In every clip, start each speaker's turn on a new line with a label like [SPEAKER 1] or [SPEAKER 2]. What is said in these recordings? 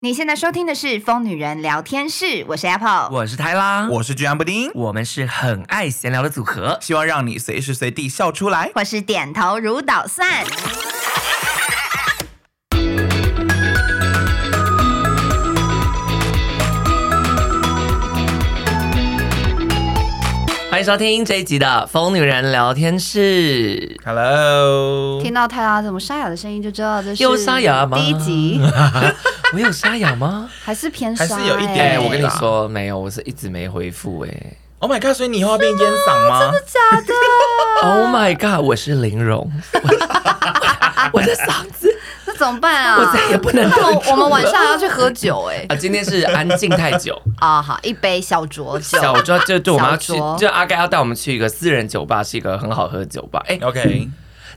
[SPEAKER 1] 你现在收听的是《疯女人聊天室》，我是 Apple。
[SPEAKER 2] 我是泰拉，
[SPEAKER 3] 我是居安布丁，
[SPEAKER 2] 我们是很爱闲聊的组合。
[SPEAKER 3] 希望让你随时随地笑出来。
[SPEAKER 1] 或是点头如捣蒜。
[SPEAKER 2] 欢迎收听这一集的《疯女人聊天 室
[SPEAKER 3] Hello，
[SPEAKER 1] 听到泰拉怎么沙哑的声音，就知道这是
[SPEAKER 2] 又沙哑吗
[SPEAKER 1] 第一 集》。
[SPEAKER 2] 我有沙哑 吗？
[SPEAKER 1] 还是偏沙、欸，
[SPEAKER 3] 还是有一
[SPEAKER 2] 哎、
[SPEAKER 3] 点
[SPEAKER 2] 我跟你说，没有，我是一直没回复、哎
[SPEAKER 3] ，Oh my god，所以你以后要变烟嗓吗？
[SPEAKER 1] 假的。
[SPEAKER 2] ，Oh my god，我是林 容，我的嗓子
[SPEAKER 1] 那怎么办啊？
[SPEAKER 2] 我再也不能忍
[SPEAKER 1] 那
[SPEAKER 2] 住
[SPEAKER 1] 我
[SPEAKER 2] 了
[SPEAKER 1] 我们晚上还要去喝酒哎、
[SPEAKER 2] 啊，今天是安静太久。
[SPEAKER 1] 啊，好，一杯小酌酒。
[SPEAKER 2] 小桌就就我们要去
[SPEAKER 1] 小酌，
[SPEAKER 2] 就阿盖要带我们去一个私人酒吧，是一个很好喝的酒吧。哎、
[SPEAKER 3] OK，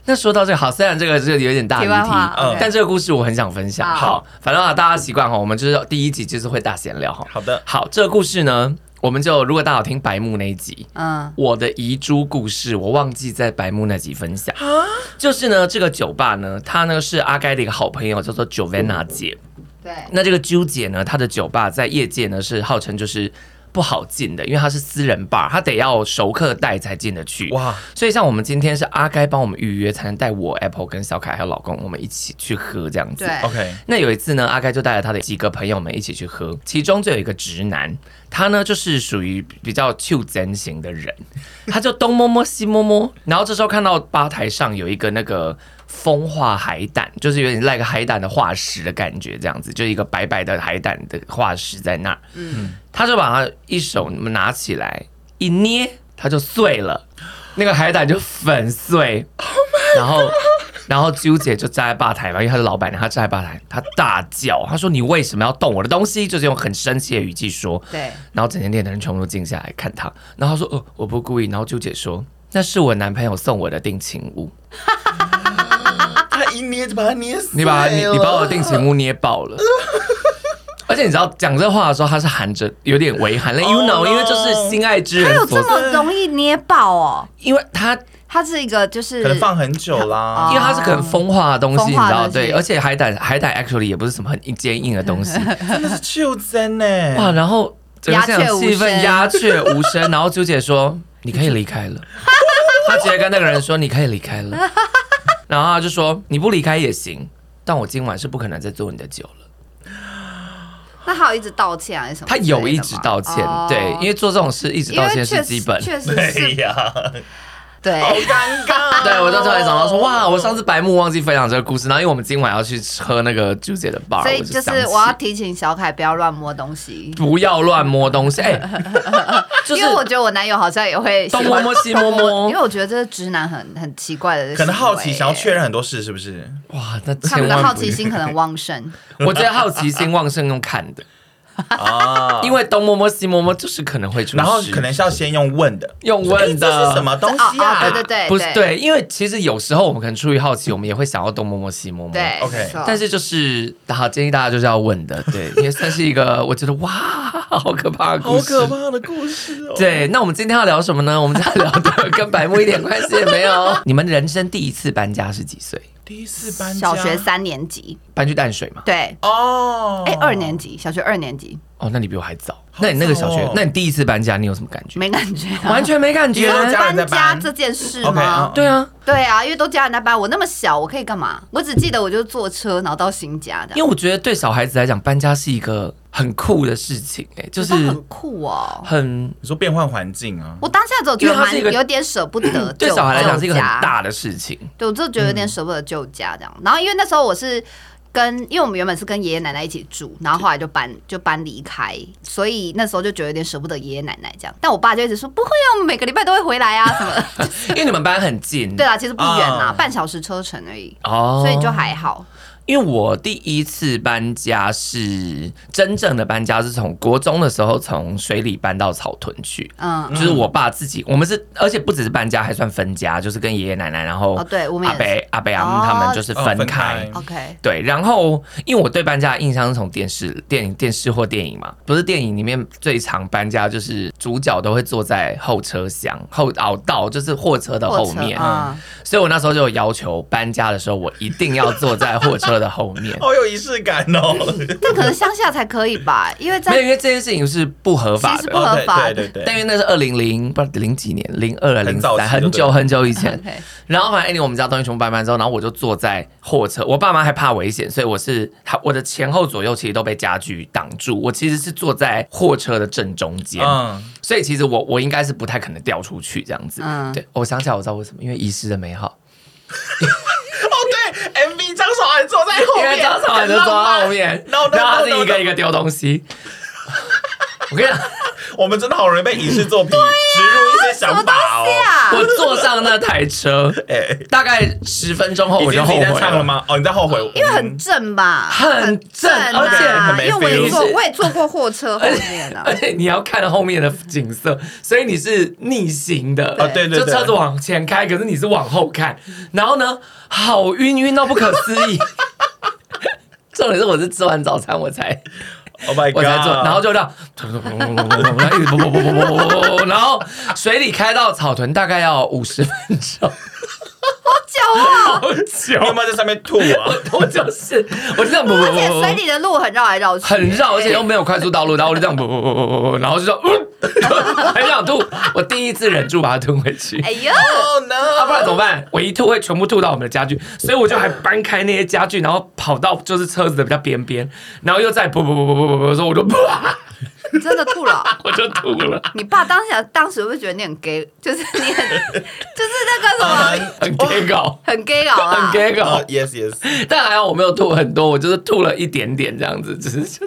[SPEAKER 2] 那说到这个，好，虽然这个是有点大
[SPEAKER 1] 题
[SPEAKER 2] 离
[SPEAKER 1] 外
[SPEAKER 2] 题，
[SPEAKER 1] 话
[SPEAKER 3] 嗯
[SPEAKER 1] OK
[SPEAKER 2] 但这个故事我很想分享。
[SPEAKER 1] 好
[SPEAKER 2] 好，反正啊，大家习惯哈，我们就是第一集就是会大闲聊哈。
[SPEAKER 3] 好的，
[SPEAKER 2] 好，这个故事呢，我们就如果大家有听白木那一集。
[SPEAKER 1] 嗯，
[SPEAKER 2] 我的遗珠故事，我忘记在白木那集分享。
[SPEAKER 1] 啊
[SPEAKER 2] 就是呢，这个酒吧呢，它呢是阿该的一个好朋友，叫做
[SPEAKER 1] 嗯
[SPEAKER 2] Jovanna 姐。
[SPEAKER 1] 对，
[SPEAKER 2] 那这个纠姐呢，她的酒吧在业界呢是号称就是不好进的，因为它是私人 bar，它得要熟客带才进得去。
[SPEAKER 3] 哇，
[SPEAKER 2] 所以像我们今天是阿该帮我们预约，才能带我 Apple 跟小凯还有老公我们一起去喝这样子。
[SPEAKER 1] 对
[SPEAKER 3] OK，
[SPEAKER 2] 那有一次呢，阿该就带了他的几个朋友们一起去喝，其中就有一个直男，他呢就是属于比较求真型的人，他就东摸摸西摸摸，然后这时候看到吧台上有一个那个风化海胆，就是有点like 海胆的化石的感觉，这样子，就是一个白白的海胆的化石在那儿，嗯，他就把它一手拿起来一捏，它就碎了，那个海胆就粉碎。然后，然后啾姐就站在吧台嘛，因为她是老板娘，她站在吧台，她大叫，她说：“你为什么要动我的东西？”就是用很生气的语气说。
[SPEAKER 1] 对，
[SPEAKER 2] 然后整间店的人全部都静下来看她，然后她说：“哦，我不故意。”然后啾姐说：“那是我男朋友送我的定情 物，
[SPEAKER 3] 他一捏就把它捏死，
[SPEAKER 2] 你把你你把我的定情物捏爆 了。”而且你知道讲这话的时候，她是含着有点微含泪
[SPEAKER 3] Oh
[SPEAKER 2] ，you know，因为
[SPEAKER 3] no
[SPEAKER 2] 就是心爱之
[SPEAKER 1] 他有
[SPEAKER 2] 人
[SPEAKER 1] 哎这
[SPEAKER 2] 所，
[SPEAKER 1] 么容易捏爆哦？
[SPEAKER 2] 因为她
[SPEAKER 1] 他是一个就是
[SPEAKER 3] 可能放很久
[SPEAKER 1] 哦
[SPEAKER 3] 啦
[SPEAKER 2] 因。为它是可能风化的东西，
[SPEAKER 1] 风
[SPEAKER 2] 你
[SPEAKER 1] 化
[SPEAKER 2] 知
[SPEAKER 1] 的
[SPEAKER 2] 道
[SPEAKER 1] 东西
[SPEAKER 2] 对，而且海胆海胆 actually 也不是什么很坚硬的 东西，
[SPEAKER 3] 真的是袖珍呢，
[SPEAKER 2] 哇，然后整个现
[SPEAKER 1] 鸦雀
[SPEAKER 2] 场
[SPEAKER 1] 无
[SPEAKER 2] 气
[SPEAKER 1] 声
[SPEAKER 2] 氛鸦雀无声，然后朱姐说你可以离开了，她直接跟那个人说你可以离开了，然后她就说你不离开也行，但我今晚是不可能再做你的酒了。
[SPEAKER 1] 那他有一直道歉还是什么之
[SPEAKER 2] 她
[SPEAKER 1] 类的吗？哦
[SPEAKER 2] 有一直道歉，对，因为做这种事一直
[SPEAKER 1] 因
[SPEAKER 2] 道
[SPEAKER 1] 为
[SPEAKER 2] 歉
[SPEAKER 1] 确
[SPEAKER 2] 是基
[SPEAKER 1] 实
[SPEAKER 2] 本。
[SPEAKER 1] 确实
[SPEAKER 3] 对
[SPEAKER 1] 是
[SPEAKER 3] 呀，
[SPEAKER 1] 对。
[SPEAKER 3] 好尴尬。
[SPEAKER 2] 对，我就突然想到说，哇，我上次白木忘记分享这个故事，然后因为我们今晚要去喝那个朱姐的 bar，
[SPEAKER 1] 所以
[SPEAKER 2] 我
[SPEAKER 1] 就
[SPEAKER 2] 就是想起
[SPEAKER 1] 我要提醒小凯不要乱摸东西，
[SPEAKER 2] 不要乱摸东西，哎、 就是
[SPEAKER 1] 因为我觉得我男友好像也会喜
[SPEAKER 2] 东
[SPEAKER 1] 欢
[SPEAKER 2] 摸摸西摸
[SPEAKER 1] 因为
[SPEAKER 2] 摸，
[SPEAKER 1] 我觉得这是直男很很奇怪的行为，
[SPEAKER 3] 可能好奇想要确认很多事，是欸不是？
[SPEAKER 2] 哇，那
[SPEAKER 1] 他
[SPEAKER 2] 千
[SPEAKER 1] 们的
[SPEAKER 2] 万
[SPEAKER 1] 好
[SPEAKER 2] 不哦
[SPEAKER 1] 奇心可能旺盛，
[SPEAKER 2] 要， 我觉得好奇心旺盛用看的，
[SPEAKER 3] 啊，
[SPEAKER 2] 因为东摸摸西摸摸就是可能会出事，
[SPEAKER 3] 然后可能是要先用问的，
[SPEAKER 2] 用
[SPEAKER 3] 哎
[SPEAKER 2] 问
[SPEAKER 3] 这
[SPEAKER 2] 的
[SPEAKER 3] 是什么东西
[SPEAKER 1] 哦哦
[SPEAKER 3] 啊？
[SPEAKER 1] 对对对，
[SPEAKER 2] 不是对，因为其实有时候我们可能出于好奇，我们也会想要东摸摸西摸摸，
[SPEAKER 1] 对
[SPEAKER 3] OK
[SPEAKER 1] 没错
[SPEAKER 2] 但是就是好建议大家就是要问的， 对，也算是一个我觉得哇，好可怕的故
[SPEAKER 3] 好
[SPEAKER 2] 事，
[SPEAKER 3] 可怕的故事哦。
[SPEAKER 2] 对，那我们今天要聊什么呢？我们今天要聊的跟白木一点关系也没 有。你们人生第一次搬家是几岁？
[SPEAKER 3] 第一次搬家
[SPEAKER 1] 小学三年级，
[SPEAKER 2] 搬去淡水吗？
[SPEAKER 1] 对，
[SPEAKER 3] 哦，
[SPEAKER 1] 哎，二年级，小学二年级
[SPEAKER 2] 哦，那你比我还早。
[SPEAKER 3] 好
[SPEAKER 2] 那你那个小学，
[SPEAKER 3] 早哦
[SPEAKER 2] 那你第一次搬家，你有什么感觉？
[SPEAKER 1] 没感觉啊，
[SPEAKER 2] 完全没感觉
[SPEAKER 3] 因。为家人在
[SPEAKER 1] 搬家
[SPEAKER 3] 搬
[SPEAKER 1] 这件事
[SPEAKER 3] OK，
[SPEAKER 1] 吗
[SPEAKER 3] 嗯？
[SPEAKER 2] 对啊，
[SPEAKER 1] 对啊，因为都家人在搬，我那么小，我可以干嘛？我只记得我就坐车，然后到新家的
[SPEAKER 2] 因，为我觉得对小孩子来讲，搬家是一个很酷的事情、哎，就
[SPEAKER 1] 可
[SPEAKER 2] 是
[SPEAKER 1] 是很酷哦。
[SPEAKER 2] 很
[SPEAKER 3] 你说变换环境啊？
[SPEAKER 1] 我当下只有觉得
[SPEAKER 2] 因为它
[SPEAKER 1] 蛮
[SPEAKER 2] 是一个
[SPEAKER 1] 有点舍不得旧，
[SPEAKER 2] 对小孩来讲
[SPEAKER 1] 旧
[SPEAKER 2] 是一个很
[SPEAKER 1] 家
[SPEAKER 2] 大的事情。
[SPEAKER 1] 对，我就觉得有点
[SPEAKER 2] 嗯
[SPEAKER 1] 舍不得旧家这样。然后因为那时候我是跟，因为我们原本是跟爷爷奶奶一起住，然后后来就搬就搬离开，所以那时候就觉得有点舍不得爷爷奶奶这样。但我爸就一直说不会啊，我们每个礼拜都会回来啊什么的。
[SPEAKER 2] 因为你们班很近，
[SPEAKER 1] 对啦，其实不远啦，
[SPEAKER 3] 啊
[SPEAKER 1] 半小时车程而已，
[SPEAKER 2] 哦，
[SPEAKER 1] 所以就还好。
[SPEAKER 2] 因为我第一次搬家是真正的搬家，是从国中的时候从水里搬到草屯去。
[SPEAKER 1] 嗯，
[SPEAKER 2] 就是我爸自己，我们是，而且不只是搬家，还算分家，就是跟爷爷奶奶，然后
[SPEAKER 1] 哦对我们
[SPEAKER 2] 阿
[SPEAKER 1] 也
[SPEAKER 2] 伯、阿伯、阿姆他
[SPEAKER 1] 哦
[SPEAKER 2] 们就是
[SPEAKER 3] 哦
[SPEAKER 2] 分
[SPEAKER 3] 分
[SPEAKER 2] 开
[SPEAKER 3] 开，
[SPEAKER 1] 嗯 OK，
[SPEAKER 2] 对，然后因为我对搬家的印象是从电视、电影、电视或电影嘛，不是电影里面最常搬家就是主角都会坐在后车厢后凹道，就是货车的
[SPEAKER 1] 货
[SPEAKER 2] 后
[SPEAKER 1] 车
[SPEAKER 2] 面，
[SPEAKER 1] 嗯
[SPEAKER 2] 所以我那时候就有要求搬家的时候我一定要坐在货车车的后 面。
[SPEAKER 3] 好有仪式感哦。
[SPEAKER 1] 但可能乡下才可以吧，因为
[SPEAKER 2] 没有，
[SPEAKER 1] 在
[SPEAKER 2] 因为这件事情是不合法
[SPEAKER 1] 其实
[SPEAKER 2] 的
[SPEAKER 1] 不。合法
[SPEAKER 3] 哦对对对
[SPEAKER 2] 但因
[SPEAKER 3] 对，
[SPEAKER 2] 为那是二零零不知道零几年，零二啊零
[SPEAKER 3] 很早期
[SPEAKER 2] 三，
[SPEAKER 3] 就对
[SPEAKER 2] 很久
[SPEAKER 3] 了
[SPEAKER 2] 很久以前。
[SPEAKER 1] OK
[SPEAKER 2] 然后反正 anyway，我们家东西全部搬完之后，然后我就坐在货车，我爸妈还怕危险，所以我是我的前后左右其实都被家具挡住，我其实是坐在货车的正中间，
[SPEAKER 3] 嗯，
[SPEAKER 2] 所以其实我我应该是不太可能掉出去这样子。
[SPEAKER 1] 嗯
[SPEAKER 2] 对，我想起来我知道为什么，因为遗失的美好，
[SPEAKER 3] 哦对，MV 张韶涵坐在后
[SPEAKER 2] 因为
[SPEAKER 3] 面，
[SPEAKER 2] 张韶涵就坐啊在后面，
[SPEAKER 3] 然后
[SPEAKER 2] 然后他是一个一
[SPEAKER 3] 个，
[SPEAKER 2] 个丢东西。我跟你讲。
[SPEAKER 3] 我们真的好容易被影视作品植入一些
[SPEAKER 1] 什么
[SPEAKER 3] 想
[SPEAKER 1] 东
[SPEAKER 3] 法
[SPEAKER 1] 西
[SPEAKER 3] 哦。
[SPEAKER 1] 啊？
[SPEAKER 2] 我坐上那台车，
[SPEAKER 3] 哎，
[SPEAKER 2] 大概十分钟后
[SPEAKER 3] 已
[SPEAKER 2] 我就
[SPEAKER 3] 经自
[SPEAKER 2] 后
[SPEAKER 3] 己
[SPEAKER 2] 悔
[SPEAKER 3] 在唱了？吗？哦，你在后悔？
[SPEAKER 1] 因为很正吧，
[SPEAKER 2] 很正
[SPEAKER 1] 啊
[SPEAKER 2] 而且
[SPEAKER 3] 很没
[SPEAKER 1] 因为我也
[SPEAKER 3] feel
[SPEAKER 1] 坐，
[SPEAKER 2] 是
[SPEAKER 1] 我也坐过货车后面啊
[SPEAKER 2] 而。且你要看后面的景色，所以你是逆行的。
[SPEAKER 1] 哦
[SPEAKER 3] 对对对
[SPEAKER 2] 就车子往前开，可是你是往后看，然后呢，好晕晕到不可思议。 重点是我是吃完早餐我才
[SPEAKER 3] Oh my
[SPEAKER 2] 我
[SPEAKER 3] god！
[SPEAKER 2] 才做，然后就让，一直啵啵啵啵啵啵啵啵，然后水里开到草屯大概要五十分钟，
[SPEAKER 1] 叫啊！
[SPEAKER 2] 好久
[SPEAKER 3] 你。有没有在上面吐啊？
[SPEAKER 2] 我就是我就这样啵啵
[SPEAKER 1] 而
[SPEAKER 2] 啵
[SPEAKER 1] 且
[SPEAKER 2] 啵
[SPEAKER 1] 水
[SPEAKER 2] 啵。
[SPEAKER 1] 里的路很绕来绕去，
[SPEAKER 2] 很绕，而且又没有快 速道路，然后我就这样不不不不不，然后就说，嗯， 很想吐，我第一次忍住把它吞回去，
[SPEAKER 1] 哎呦，
[SPEAKER 3] 哦
[SPEAKER 2] 要、不
[SPEAKER 3] no！
[SPEAKER 2] 然怎么办？我一吐会全部吐到我们的家具，所以我就还搬开那些家具，然后跑到就是车子的比较边边，然后又再不不不不不不不，说我就啪，
[SPEAKER 1] 真的吐了。
[SPEAKER 2] 我就吐了，
[SPEAKER 1] 你爸当下当时会不会觉得你很 gay，就是你很 就是那个什么
[SPEAKER 3] 啊
[SPEAKER 2] 很 gay 搞，
[SPEAKER 1] 很 gay 佬啊
[SPEAKER 2] 很？gay 搞
[SPEAKER 3] 哦。，yes yes，
[SPEAKER 2] 但还好我没有吐很多，我就是吐了一点点这样子，只是就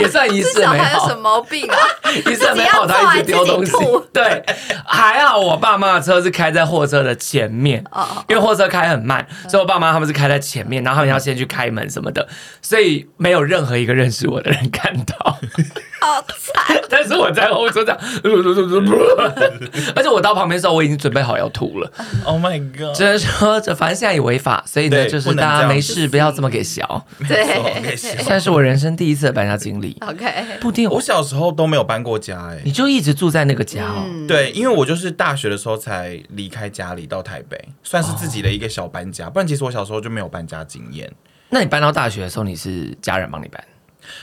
[SPEAKER 2] 也算一
[SPEAKER 1] 这
[SPEAKER 2] 次
[SPEAKER 1] 小
[SPEAKER 2] 美
[SPEAKER 1] 孩有
[SPEAKER 2] 好
[SPEAKER 1] 什。么毛病啊？
[SPEAKER 2] 医生没跑，他一直丢东西
[SPEAKER 1] 自己要做还自己吐。
[SPEAKER 2] 对，还好我爸妈的车是开在货车的前面
[SPEAKER 1] 哦哦，
[SPEAKER 2] 因为货车开很慢，所以我爸妈他们是开在前面，然后他们要先去开门什么的，所以没有任何一个认识我的人看到。
[SPEAKER 1] 好惨！
[SPEAKER 2] 但是我在后车呃上，呃而且我到旁边的时候，我已经准备好要吐了。
[SPEAKER 3] ，Oh my god！
[SPEAKER 2] 只能说，这反正现在也违法，所以呢，
[SPEAKER 3] 对
[SPEAKER 2] 就是
[SPEAKER 3] 不能
[SPEAKER 2] 大
[SPEAKER 3] 这
[SPEAKER 2] 家
[SPEAKER 3] 样
[SPEAKER 2] 没
[SPEAKER 3] 子
[SPEAKER 2] 事不要这么给小。
[SPEAKER 3] 哦没事
[SPEAKER 1] 对嗯
[SPEAKER 2] 算是我人生第一次的搬家经历。
[SPEAKER 1] ，OK，
[SPEAKER 2] 布丁，
[SPEAKER 3] 我小时候都没有搬过家哎、
[SPEAKER 2] 你就一直住在那个家哦。
[SPEAKER 1] 嗯
[SPEAKER 3] 对，因为我就是大学的时候才离开家里到台北，算是自己的一个小搬家。不然其实我小时候就没有搬家经验。
[SPEAKER 2] 那你搬到大学的时候，你是家人帮你搬？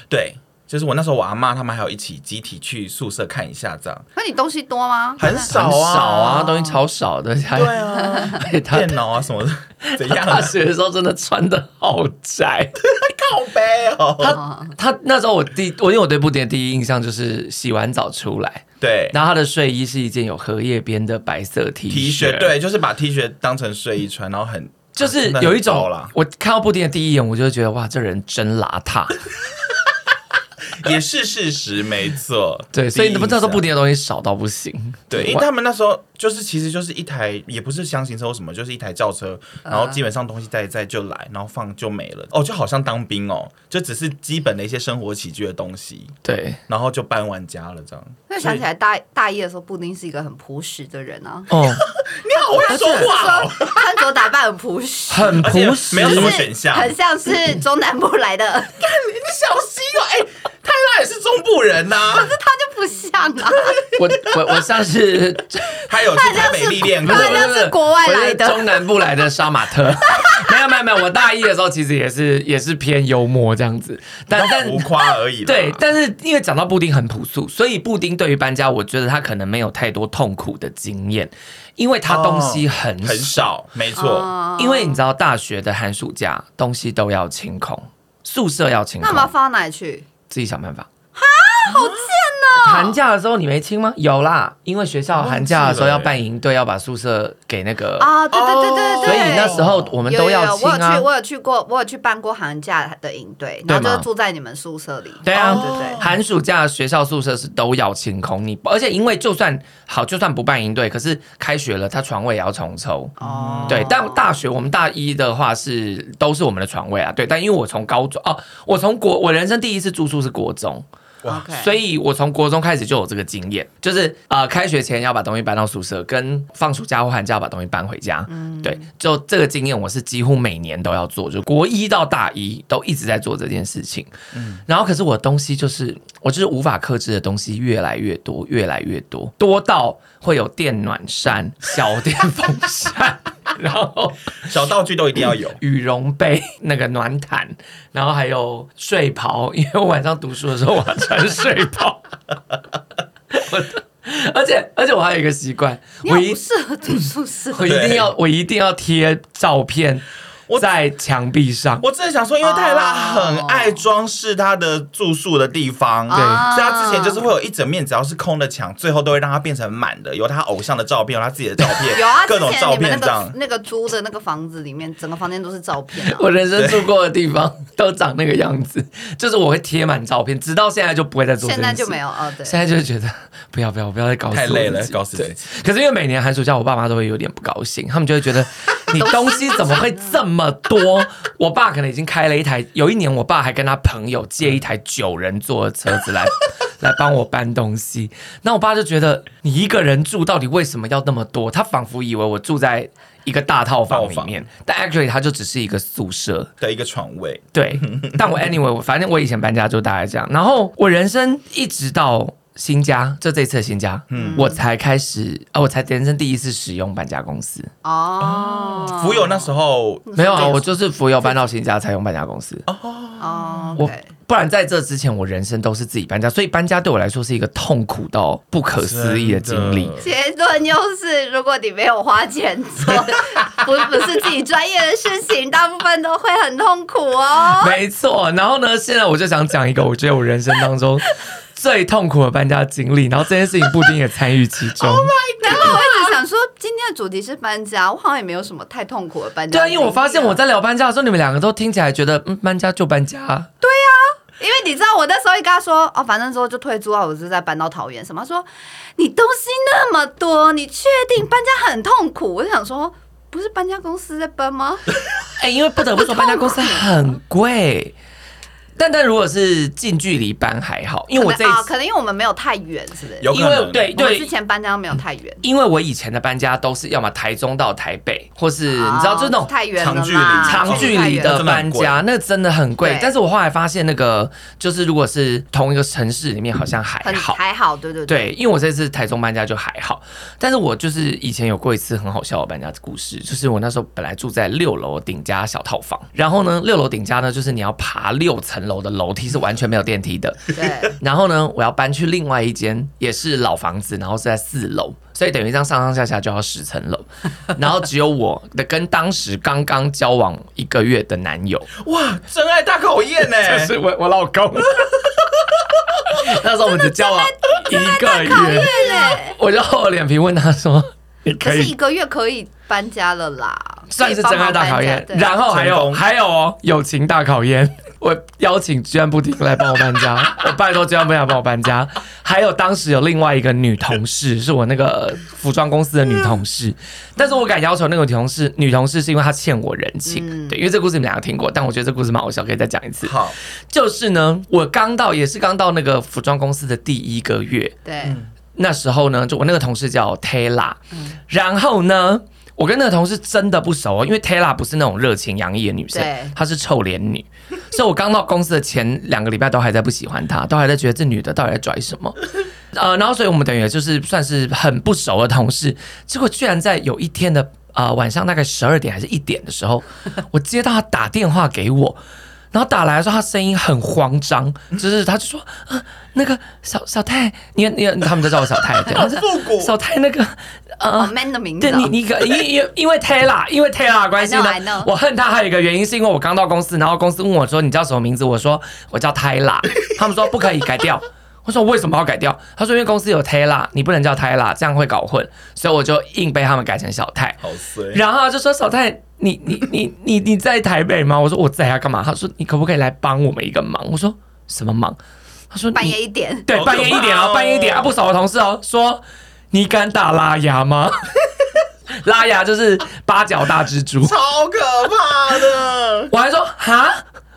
[SPEAKER 3] 对，就是我那时候我阿妈他们还有一起集体去宿舍看一下，这样
[SPEAKER 1] 那你东西多吗？
[SPEAKER 3] 很少
[SPEAKER 2] 很
[SPEAKER 3] 啊，
[SPEAKER 2] 少啊，东西超少的。
[SPEAKER 3] 对
[SPEAKER 2] 对，
[SPEAKER 3] 啊，
[SPEAKER 2] 而且他
[SPEAKER 3] 电脑啊什 么的，怎
[SPEAKER 2] 他
[SPEAKER 3] 样
[SPEAKER 2] 大
[SPEAKER 3] 啊？
[SPEAKER 2] 学的时候真的穿的好宅。
[SPEAKER 3] 靠背 哦，
[SPEAKER 2] 他他那时候我第我因为我对布丁的第一印象就是洗完澡出来，
[SPEAKER 3] 对
[SPEAKER 2] 然后他的睡衣是一件有荷叶边的白色 T
[SPEAKER 3] ，T 恤，对，就是把 T 恤当成睡衣穿，然后很
[SPEAKER 2] 就是
[SPEAKER 3] 真的很
[SPEAKER 2] 有一种
[SPEAKER 3] 糟啦，
[SPEAKER 2] 我看到布丁的第一眼，我就觉得哇，这人真邋 遢。
[SPEAKER 3] 也是事实，没错。
[SPEAKER 2] 对，所以你们那时候布
[SPEAKER 3] 第一
[SPEAKER 2] 丁的
[SPEAKER 3] 印象
[SPEAKER 2] 东西少到不行。
[SPEAKER 3] 对，因为他们那时候就是其实就是一台也不是箱型车或什么，就是一台轿车，然后基本上东西带一带就来，然后放就没了。哦，就好像当兵哦，就只是基本的一些生活起居的东西，
[SPEAKER 2] 对，
[SPEAKER 3] 然后就搬完家了这样。
[SPEAKER 1] 因为想起来大大一的时候，布丁是一个很朴实的人啊，
[SPEAKER 2] 哦，
[SPEAKER 3] 你好会说话哦，
[SPEAKER 1] 穿着打扮很朴实，
[SPEAKER 2] 很
[SPEAKER 3] 而且
[SPEAKER 2] 朴实，
[SPEAKER 3] 没有什
[SPEAKER 1] 就
[SPEAKER 3] 么
[SPEAKER 1] 是
[SPEAKER 3] 选项
[SPEAKER 1] 很像是中南部来的， 可
[SPEAKER 3] 你小心哦，哎、泰拉也是中部人呐、
[SPEAKER 1] 是他就不像啊，
[SPEAKER 2] 我我我像是
[SPEAKER 3] 他有去台北历练
[SPEAKER 2] 不
[SPEAKER 3] 过
[SPEAKER 2] 是。
[SPEAKER 1] 他好像是国外来的
[SPEAKER 2] 我是中南部来的杀马特。 没有没有没有，我大一的时候其实也是也是偏幽默这样子，但但
[SPEAKER 3] 浮夸而已啦，
[SPEAKER 2] 对，但是因为讲到布丁很朴素，所以布丁对于搬家，我觉得他可能没有太多痛苦的经验，因为他东西很
[SPEAKER 3] 哦很少，没错，
[SPEAKER 1] 哦
[SPEAKER 2] 因为你知道大学的寒暑假东西都要清空，宿舍要清
[SPEAKER 1] 那
[SPEAKER 2] 空
[SPEAKER 1] 我，们要放到哪里去？
[SPEAKER 2] 自己想办法。啊，好贱哦！寒假的时候你没清吗？有啦，因为学校寒假的时候要办营队，要把宿舍给那个
[SPEAKER 1] 啊，对对对对
[SPEAKER 3] 哦
[SPEAKER 1] 对，
[SPEAKER 2] 呃所以那时候我
[SPEAKER 1] 我
[SPEAKER 2] 们都要清
[SPEAKER 1] 有有有我有
[SPEAKER 2] 啊
[SPEAKER 1] 去，。我有去过，我有去办过寒假的营队，
[SPEAKER 2] 对
[SPEAKER 1] 然
[SPEAKER 2] 吗
[SPEAKER 1] 后就住在你们宿舍里。
[SPEAKER 2] 对啊，
[SPEAKER 1] 哦对对
[SPEAKER 2] 寒暑假学校宿舍是都要清空你，而且因为就算好，就算不办营队，可是开学了，他床位也要重抽。
[SPEAKER 1] 哦，
[SPEAKER 2] 对，但大学我们大一的话是都是我们的床位啊，对，但因为我从高中哦，我从国我人生第一次住宿是国中，
[SPEAKER 3] 哇
[SPEAKER 1] OK
[SPEAKER 2] 所以我从国中开始就有这个经验，就是呃，开学前要把东西搬到宿舍，跟放暑假或寒假把东西搬回家。对，就这个经验，我是几乎每年都要做，就国一到大一都一直在做这件事情。然后可是我东西就是，我就是无法克制的东西越来越多，越来越多，多到会有电暖扇、小电风扇。然后
[SPEAKER 3] 小道具都一定要有。
[SPEAKER 2] 羽绒被、那个暖毯，然后还有睡袍， 因为我晚上读书的时候我要穿睡袍。 我而且而且我还有一个习惯，
[SPEAKER 1] 你
[SPEAKER 2] 我
[SPEAKER 1] 好
[SPEAKER 2] 一
[SPEAKER 1] 不适合住宿舍。
[SPEAKER 2] 我一定要我一定要贴照片
[SPEAKER 3] 我
[SPEAKER 2] 在墙壁上。
[SPEAKER 3] 我真的想说，因为泰拉很爱装饰她的住宿的地方，
[SPEAKER 1] 对
[SPEAKER 3] 所以她之前就是会有一整面只要是空的墙，最后都会让它变成满的，有她偶像的照片，有她自己的照 片，
[SPEAKER 1] 有啊，
[SPEAKER 3] 各
[SPEAKER 1] 之
[SPEAKER 3] 种
[SPEAKER 1] 前
[SPEAKER 3] 照
[SPEAKER 1] 你们那
[SPEAKER 3] 片这样
[SPEAKER 1] 个。那个租的那个房子里面，整个房间都是照片 啊。
[SPEAKER 2] 我人生住过的地方都长那个样子，就是我会贴满照片，直到现在就不会再做这
[SPEAKER 1] 现
[SPEAKER 2] 件事。
[SPEAKER 1] 在就没有哦，对，
[SPEAKER 2] 现在就是觉得不要不要不要再搞死
[SPEAKER 3] 太
[SPEAKER 2] 我
[SPEAKER 3] 累了
[SPEAKER 2] 自己
[SPEAKER 3] 搞死自己
[SPEAKER 2] 对可是因为每年寒暑假，我爸妈都会有点不高兴，他们就会觉得 你东西怎么会这么多？我爸可能已经开了一台，有一年我爸还跟他朋友借一台九人座的车子来来帮我搬东西。那我爸就觉得你一个人住到底为什么要那么多？他仿佛以为我住在一个大套房里面，但 actually 他就只是一个宿舍。
[SPEAKER 3] 的一个床位，
[SPEAKER 2] 对，但我 anyway，我反正我以前搬家就大概这样。然后我人生一直到新家，就这一次的新家，我才开始啊，我才人生第一次使用搬家公司。
[SPEAKER 1] 哦，
[SPEAKER 3] 福友那时候
[SPEAKER 1] 那个时候
[SPEAKER 2] 没有啊，
[SPEAKER 1] 就
[SPEAKER 2] 我就是浮游搬到新家才用搬家公司。
[SPEAKER 1] 哦
[SPEAKER 2] 我
[SPEAKER 1] ，OK，
[SPEAKER 2] 不然在这之前，我人生都是自己搬家，所以搬家对我来说是一个痛苦到不可思议的经历。
[SPEAKER 1] 结论就是，如果你没有花钱做， 不不是自己专业的事情，大部分都会很痛苦哦。
[SPEAKER 2] 没错，然后呢，现在我就想讲一个我觉得我人生当中最痛苦的搬家经历，然后这件事情布丁也参与其 中。
[SPEAKER 1] 然后我一直想说，今天的主题是搬家，我好像也没有什么太痛苦的搬家。
[SPEAKER 2] 对啊，因为我发现我，在聊搬家的时候，你们两个都听起来觉得，嗯，搬家就搬家，
[SPEAKER 1] 因为你知道我那时候一跟他说，哦，反正之后就退租啊，我是在搬到桃园什么。他说你东西那么多，你确定搬家很痛苦？我就想说，不是搬家公司在搬吗？
[SPEAKER 2] 哎、因为不得不说，搬家公司很贵。但但如果是近距离搬还好， 因为我这一
[SPEAKER 1] 可能啊，
[SPEAKER 2] 次，
[SPEAKER 1] 可能因为我们没有太远，是不是？
[SPEAKER 3] 有可
[SPEAKER 2] 因为
[SPEAKER 3] 能
[SPEAKER 2] 对
[SPEAKER 1] 我们之
[SPEAKER 2] 对，
[SPEAKER 1] 前搬家没有太远，
[SPEAKER 2] 因为我以前的搬家都是要么台中到台北，或是你知道，就是那种
[SPEAKER 1] 哦太远了啦，
[SPEAKER 3] 长距离
[SPEAKER 2] 长距离的搬家，那真的很贵
[SPEAKER 1] 对。
[SPEAKER 2] 但是我后来发现，那个就是如果是同一个城市里面，好像还
[SPEAKER 1] 很
[SPEAKER 2] 好。
[SPEAKER 1] 还好，对对。
[SPEAKER 2] 对，因为我这次台中搬家就还好，但是我就是以前有过一次很好笑的搬家故事，就是我那时候本来住在六楼顶家小套房，然后呢，六楼顶家呢，就是你要爬六层楼的楼梯是完全没有电梯的，
[SPEAKER 1] 对，
[SPEAKER 2] 然后呢，我要搬去另外一间也是老房子，然后是在四楼，所以等于这样上上下下就要十层楼，然后只有我的跟当时刚刚交往一个月的男友，
[SPEAKER 3] 哇，真爱大考验呢、
[SPEAKER 2] 就是我我老公。那时候我们只交往一个
[SPEAKER 1] 考
[SPEAKER 2] 月
[SPEAKER 1] 验，嘞，
[SPEAKER 2] 我就厚着脸皮问他说：“你
[SPEAKER 1] 可
[SPEAKER 2] 可
[SPEAKER 1] 是
[SPEAKER 2] 以
[SPEAKER 1] 一个月可以搬家了啦，
[SPEAKER 2] 算是真爱大考验
[SPEAKER 1] 可，以帮忙搬家对
[SPEAKER 2] 然后还
[SPEAKER 3] 成
[SPEAKER 2] 有
[SPEAKER 3] 功
[SPEAKER 2] 还有哦，友情大考验。我邀请居然不停来帮我搬家， 我拜托居然不想帮我搬家。还有当时有另外一个女同事，是我那个服装公司的女同事，但是我敢要求那个女同事，女同事是因为她欠我人情，对，因为这故事你们两个听过，但我觉得这故事蛮好笑，可以再讲一次。
[SPEAKER 3] 好，
[SPEAKER 2] 就是呢，我刚到也是刚到那个服装公司的第一个月，
[SPEAKER 1] 对，
[SPEAKER 2] 那时候呢，就我那个同事叫 Tela，、然后呢，我跟那个同事真的不熟、哦，因为 Tela 不是那种热情洋溢的女生
[SPEAKER 1] 对，
[SPEAKER 2] 她是臭脸女，所以我刚到公司的前两个礼拜都还在不喜欢她，都还在觉得这女的到底在拽什么。呃，然后所以我们等于就是算是很不熟的同事，结果居然在有一天的呃晚上大概十二点还是一点的时候，我接到他打电话给我，然后打来的时候他声音很慌张，就是他就说啊那个小小太，你你他们都叫我小太，对， 他说
[SPEAKER 3] 复古
[SPEAKER 2] 小太那个
[SPEAKER 1] 好
[SPEAKER 2] 呃。
[SPEAKER 1] man 的名字
[SPEAKER 2] 对
[SPEAKER 1] 哦，
[SPEAKER 2] 你，你可因因因为 Taylor，因为 Taylor 的关系
[SPEAKER 1] I know, I
[SPEAKER 2] 呢
[SPEAKER 1] know，
[SPEAKER 2] 我恨他还有一个原因是因为我刚到公司，然后公司问我说你叫什么名字，我说我叫 Taylor，他 们说不可以改掉，我说我为什么要改掉？他说因为公司有 Taylor，你不能叫 Taylor，这样会搞混，所以我就硬被他们改成小太。
[SPEAKER 3] 好衰，
[SPEAKER 2] 然后他就说小太，你你你你你在台北吗？我说我在啊，干嘛？他说你可不可以来帮我们一个忙？我说什么忙？他说你
[SPEAKER 1] 半夜一点，
[SPEAKER 2] 对
[SPEAKER 3] 好可
[SPEAKER 2] 半夜一点
[SPEAKER 3] 怕
[SPEAKER 2] 啊，
[SPEAKER 3] 哦
[SPEAKER 2] 半夜一点啊，不少的同事哦说你敢打拉牙吗？ 拉牙就是八角大蜘蛛，。
[SPEAKER 3] 超可怕的
[SPEAKER 2] 我还说哈，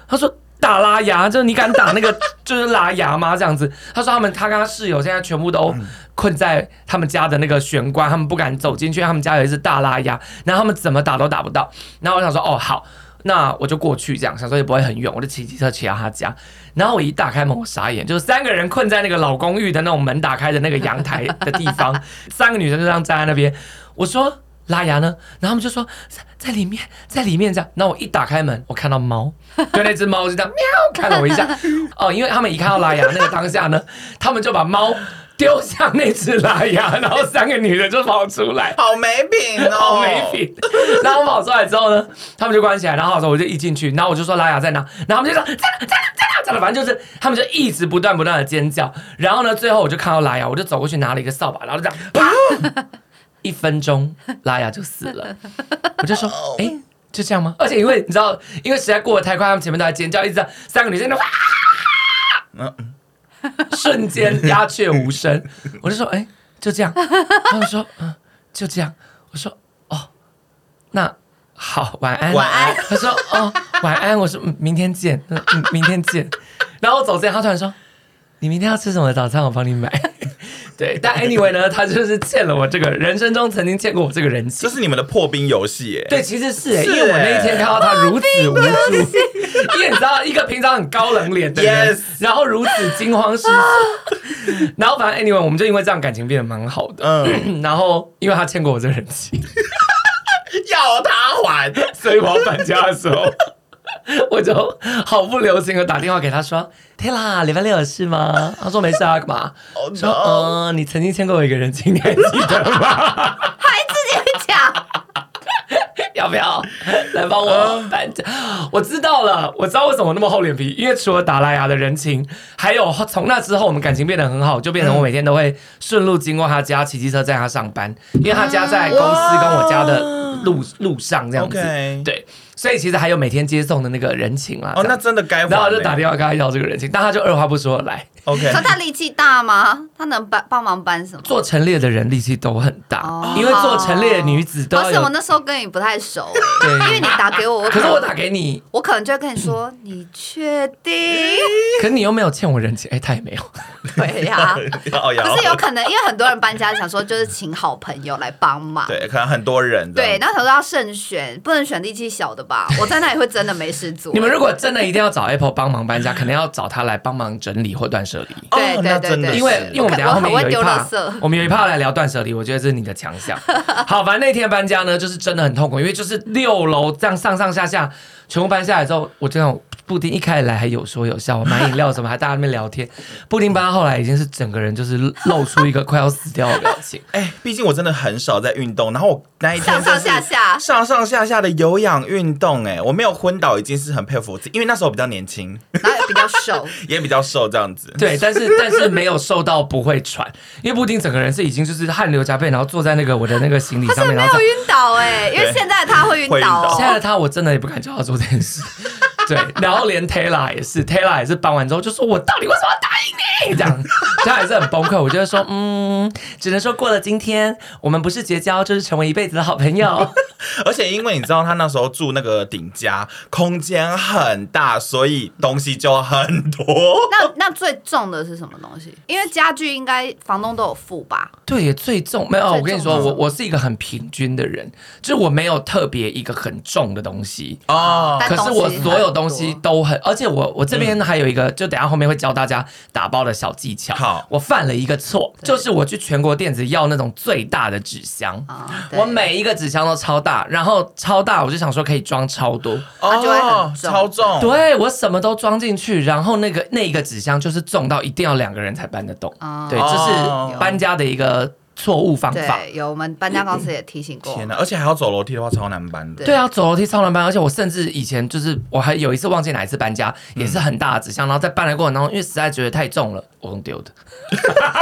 [SPEAKER 2] 他说打拉牙，就是你敢打那个就是拉牙吗？这样子，他说他们他跟他室友现在全部都困在他们家的那个玄关，他们不敢走进去，他们家有一只大拉牙，然后他们怎么打都打不到。然后我想说哦好，那我就过去这样，想说也不会很远，我就骑机车骑到他家。然后我一打开门，我傻眼，就是三个人困在那个老公寓的那种门打开的那个阳台的地方，三个女生就这样站在那边。我说拉牙呢？然后他们就说在在里面，在里面这样。那我一打开门，我看到猫，就那只猫就这样喵看了我一下。哦，因为他们一看到拉牙那个当下呢，他们就把猫丢向那只拉牙，然后三个女的就跑出来。
[SPEAKER 3] 好没品哦，
[SPEAKER 2] 好没。品。然后我跑出来之后呢，他们就关起来，然后我就一进去，然后我就说拉雅在哪，然后他们就说在哪在哪在哪在哪，反正就是他们就一直不断不断的尖叫。然后呢，最后我就看到拉雅，我就走过去拿了一个扫把，然后就这样，啪，一分钟拉雅就死了。我就说，哎、就这样吗？而且因为你知道，因为实在过得太快，他们前面都在尖叫，一直这样三个女生都哇，
[SPEAKER 3] 嗯
[SPEAKER 2] 瞬间鸦雀无声。我就说，哎、就这样。然后我说，嗯，就这样。我说，哦，那好，晚安，
[SPEAKER 3] 晚安。
[SPEAKER 2] 他说，哦，晚安。我说，嗯，明天见，嗯，嗯明天见。然后我走之前，他突然说，你明天要吃什么早餐？我帮你买。 对，但 anyway 呢，他就是欠了我这个人生中曾经欠过我这个人情
[SPEAKER 3] 这。是你们的破冰游戏耶，
[SPEAKER 2] 对，其实是、欸，
[SPEAKER 3] 是
[SPEAKER 2] 因为我那一天看到他如此无 助，因为你知道，一个平常很高冷脸的人
[SPEAKER 3] Yes
[SPEAKER 2] 然后如此惊慌 失措，然后反正 anyway，我们就因为这样感情变得蛮好的。
[SPEAKER 3] 嗯，
[SPEAKER 2] 然后因为他欠过我这个人情，
[SPEAKER 3] 要他 还，
[SPEAKER 2] 所以我要搬家的时候， 我就毫不留情的打电话给他说：“Taylor，礼拜六有事吗？”他说：“没事啊，干嘛？”
[SPEAKER 3] Oh,
[SPEAKER 2] 说：“
[SPEAKER 3] no
[SPEAKER 2] 嗯、你曾经欠过我一个人情，你还记得吗？
[SPEAKER 1] 还自己 讲，
[SPEAKER 2] 要不要来帮我
[SPEAKER 3] 啊
[SPEAKER 2] 搬家？我知道了，我知道为什么我那么厚脸皮，因为除了达拉雅的人情，还有 从那之后我们感情变得很好，就变成我每天都会顺路经过他家，骑机车载他上班，因为他家在公司跟我家的路路上这样子。
[SPEAKER 3] 啊 OK
[SPEAKER 2] 对，所以其实还有每天接送的那个人情啦。
[SPEAKER 3] 哦，
[SPEAKER 2] 这
[SPEAKER 3] 那
[SPEAKER 2] 样
[SPEAKER 3] 真的该还。
[SPEAKER 2] 然后我就打电话跟他要这个人情，但他就二话不说地来。
[SPEAKER 3] OK，
[SPEAKER 1] 可他力气大吗？他能帮帮忙搬什么？
[SPEAKER 2] 做陈列的人力气都很大，
[SPEAKER 1] 哦
[SPEAKER 2] 因为做陈列的女子都
[SPEAKER 1] 而
[SPEAKER 2] 要
[SPEAKER 1] 且啊我
[SPEAKER 2] 有。
[SPEAKER 1] 那时候跟你不太熟，
[SPEAKER 2] 对，
[SPEAKER 1] 因为你打给我，我
[SPEAKER 2] 可是
[SPEAKER 1] 能
[SPEAKER 2] 我打给你，
[SPEAKER 1] 我可能就会跟你说，你确定？
[SPEAKER 2] 可是你又没有欠我人情，哎，他也没有。
[SPEAKER 1] 对 呀、
[SPEAKER 2] 啊
[SPEAKER 3] 要要
[SPEAKER 1] 可是有可能，因为很多人搬家想说，就是请好朋友来帮忙。
[SPEAKER 3] 对，可能很多人这
[SPEAKER 1] 对，
[SPEAKER 3] 样
[SPEAKER 1] 然后他说要慎选，不能选力气小的吧？我在那里会真的没事做。
[SPEAKER 2] 你们如果真的一定要找 Apple 帮忙搬家，可能要找他来帮忙整理或断舍离。
[SPEAKER 1] 对对
[SPEAKER 3] 哦那
[SPEAKER 1] 对
[SPEAKER 3] 真的
[SPEAKER 1] 对
[SPEAKER 3] 是
[SPEAKER 2] 因为因为我们等一下后面有一
[SPEAKER 1] 我
[SPEAKER 2] 趴
[SPEAKER 1] 很会丢垃圾，
[SPEAKER 2] 我们有一趴来聊断舍离，我觉得这是你的强项。 好，反正那天搬家呢，就是真的很痛苦，因为就是六楼这样上上下下全部搬下来之后，我这样布丁一开始来还有说有笑，我买饮料什么还大家在那边聊天，布丁搬到后来已经是整个人就是露出一个快要死掉的表 情。
[SPEAKER 3] 哎，毕竟我真的很少在运动，然后我那一天
[SPEAKER 1] 上上
[SPEAKER 3] 就是
[SPEAKER 1] 下下
[SPEAKER 3] 上上下下的有氧运动，哎，我没有昏倒已经是很佩服我自己，因为那时候比较年轻，
[SPEAKER 1] 然后也比较瘦，
[SPEAKER 3] 也比较瘦这样子。
[SPEAKER 2] 对，但是但是没有瘦到不会喘，因为布丁整个人是已经就是汗流浃背，然后坐在那个我的那个行李上面，
[SPEAKER 1] 没
[SPEAKER 2] 然后这
[SPEAKER 1] 有
[SPEAKER 2] 样
[SPEAKER 1] 晕倒哎、因为
[SPEAKER 3] 对
[SPEAKER 1] 现在他会晕
[SPEAKER 3] 会晕
[SPEAKER 1] 倒、
[SPEAKER 3] 倒
[SPEAKER 2] 现在的
[SPEAKER 1] 哦。
[SPEAKER 2] 他我真的也不敢叫他做这 件事。对，然后连 Taylor 也是，Taylor 也是搬完之后就说：“我到底为什么要答应你？”这样，他还是很崩溃。我就会说：“嗯，只能说过了今天，我们不是结交，就是成为一辈子的好朋友。
[SPEAKER 3] 而且因为你知道他那时候住那个顶家，空间很大，所以东西就很 多。
[SPEAKER 1] 那那最重的是什么东西？因为家具应该房东都有付吧？”
[SPEAKER 2] 对，也最重没有。我跟你说，
[SPEAKER 1] 最重嗯
[SPEAKER 2] 我我是一个很平均的人，就是我没有特别一个很重的东西。
[SPEAKER 3] 哦，
[SPEAKER 1] 但
[SPEAKER 2] 可是我所有东西
[SPEAKER 1] 很多
[SPEAKER 2] 都很，而且我我这边还有一个，就等一下后面会教大家打包的小技巧。
[SPEAKER 3] 好
[SPEAKER 2] 我犯了一个错，就是我去全国电子要那种最大的纸箱。
[SPEAKER 1] 啊，对
[SPEAKER 2] 我每一个纸箱都超大，然后超大，我就想说可以装超多，
[SPEAKER 1] 它就会很重
[SPEAKER 3] 哦超重，
[SPEAKER 2] 对我什么都装进去，然后那个那一个纸箱就是重到一定要两个人才搬得动，
[SPEAKER 1] 哦
[SPEAKER 2] 对，这是搬家的一个错误方法。
[SPEAKER 1] 对有我们搬家公司也提醒过，
[SPEAKER 3] 天啊哪！而且还要走楼梯的话，超难搬的。
[SPEAKER 1] 对
[SPEAKER 2] 对啊，走楼梯超难搬，而且我甚至以前就是我还有一次忘记哪一次搬家，也
[SPEAKER 1] 嗯
[SPEAKER 2] 是很大的纸箱，然后在搬的过程当中，因为实在觉得太重了，我用丢的，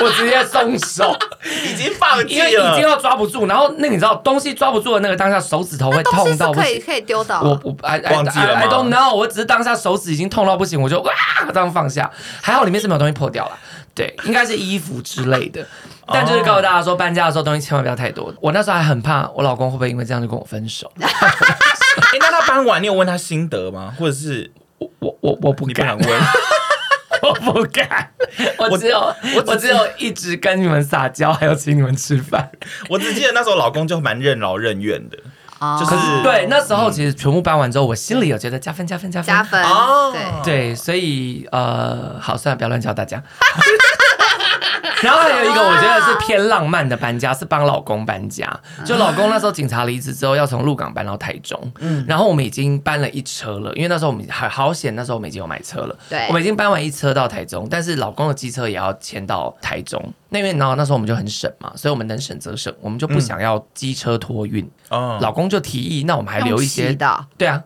[SPEAKER 2] 我直接松手，
[SPEAKER 3] 已经放弃
[SPEAKER 2] 因为已经
[SPEAKER 3] 了。
[SPEAKER 2] 要抓不住，然后那你知道东西抓不住的那个当下，手指头会
[SPEAKER 1] 东西
[SPEAKER 2] 痛
[SPEAKER 1] 是
[SPEAKER 2] 到不
[SPEAKER 1] 可
[SPEAKER 2] 行
[SPEAKER 1] 以。可以丢倒
[SPEAKER 2] 我
[SPEAKER 1] 啊，
[SPEAKER 2] 我 I I
[SPEAKER 3] 忘记
[SPEAKER 2] I,
[SPEAKER 3] 了
[SPEAKER 2] I
[SPEAKER 3] 吗
[SPEAKER 2] don't know，我只是当下手指已经痛到不行，我就哇这样放下，还好里面是没有东西破掉了，对，应该是衣服之类的。但就是告诉大家
[SPEAKER 1] 哦
[SPEAKER 2] 说，搬家的时候东西千万不要太多。我那时候还很怕我老公会不会因为这样就跟我分手，
[SPEAKER 3] 哎，那他搬完，你有问他心得吗？或者是
[SPEAKER 2] 我我我我不
[SPEAKER 3] 你不
[SPEAKER 2] 敢
[SPEAKER 3] 敢，问？
[SPEAKER 2] 我不敢， 我只有我只有一直跟你们撒娇，还有请你们吃饭。
[SPEAKER 3] 我只记得那时候老公就蛮任劳任怨的。
[SPEAKER 1] 哦
[SPEAKER 3] 就是
[SPEAKER 2] 可是对那时候其实全部搬完之后，我心里有觉得加分加分加分
[SPEAKER 1] 加分
[SPEAKER 3] 哦
[SPEAKER 1] 对。
[SPEAKER 2] 对，所以呃，好，算了，不要乱教大家。 然后还有一个我觉得是偏浪漫的搬家，是帮老公搬家。
[SPEAKER 1] 嗯
[SPEAKER 2] 就老公那时候警察离职之后，要从鹿港搬到台中，
[SPEAKER 1] 嗯
[SPEAKER 2] 然后我们已经搬了一车了，因为那时候我们还好险，那时候我们已经有买车了，
[SPEAKER 1] 对
[SPEAKER 2] 我们已经搬完一车到台中，但是老公的机车也要迁到台中。那因为然后那时候我们就很省嘛，所以我们能省则省，我们就不想要机车托运。
[SPEAKER 3] 哦，
[SPEAKER 2] 老公就提议，那我们还留
[SPEAKER 1] 嗯
[SPEAKER 2] 一
[SPEAKER 1] 用
[SPEAKER 2] 些
[SPEAKER 1] 骑，的，
[SPEAKER 2] 对啊，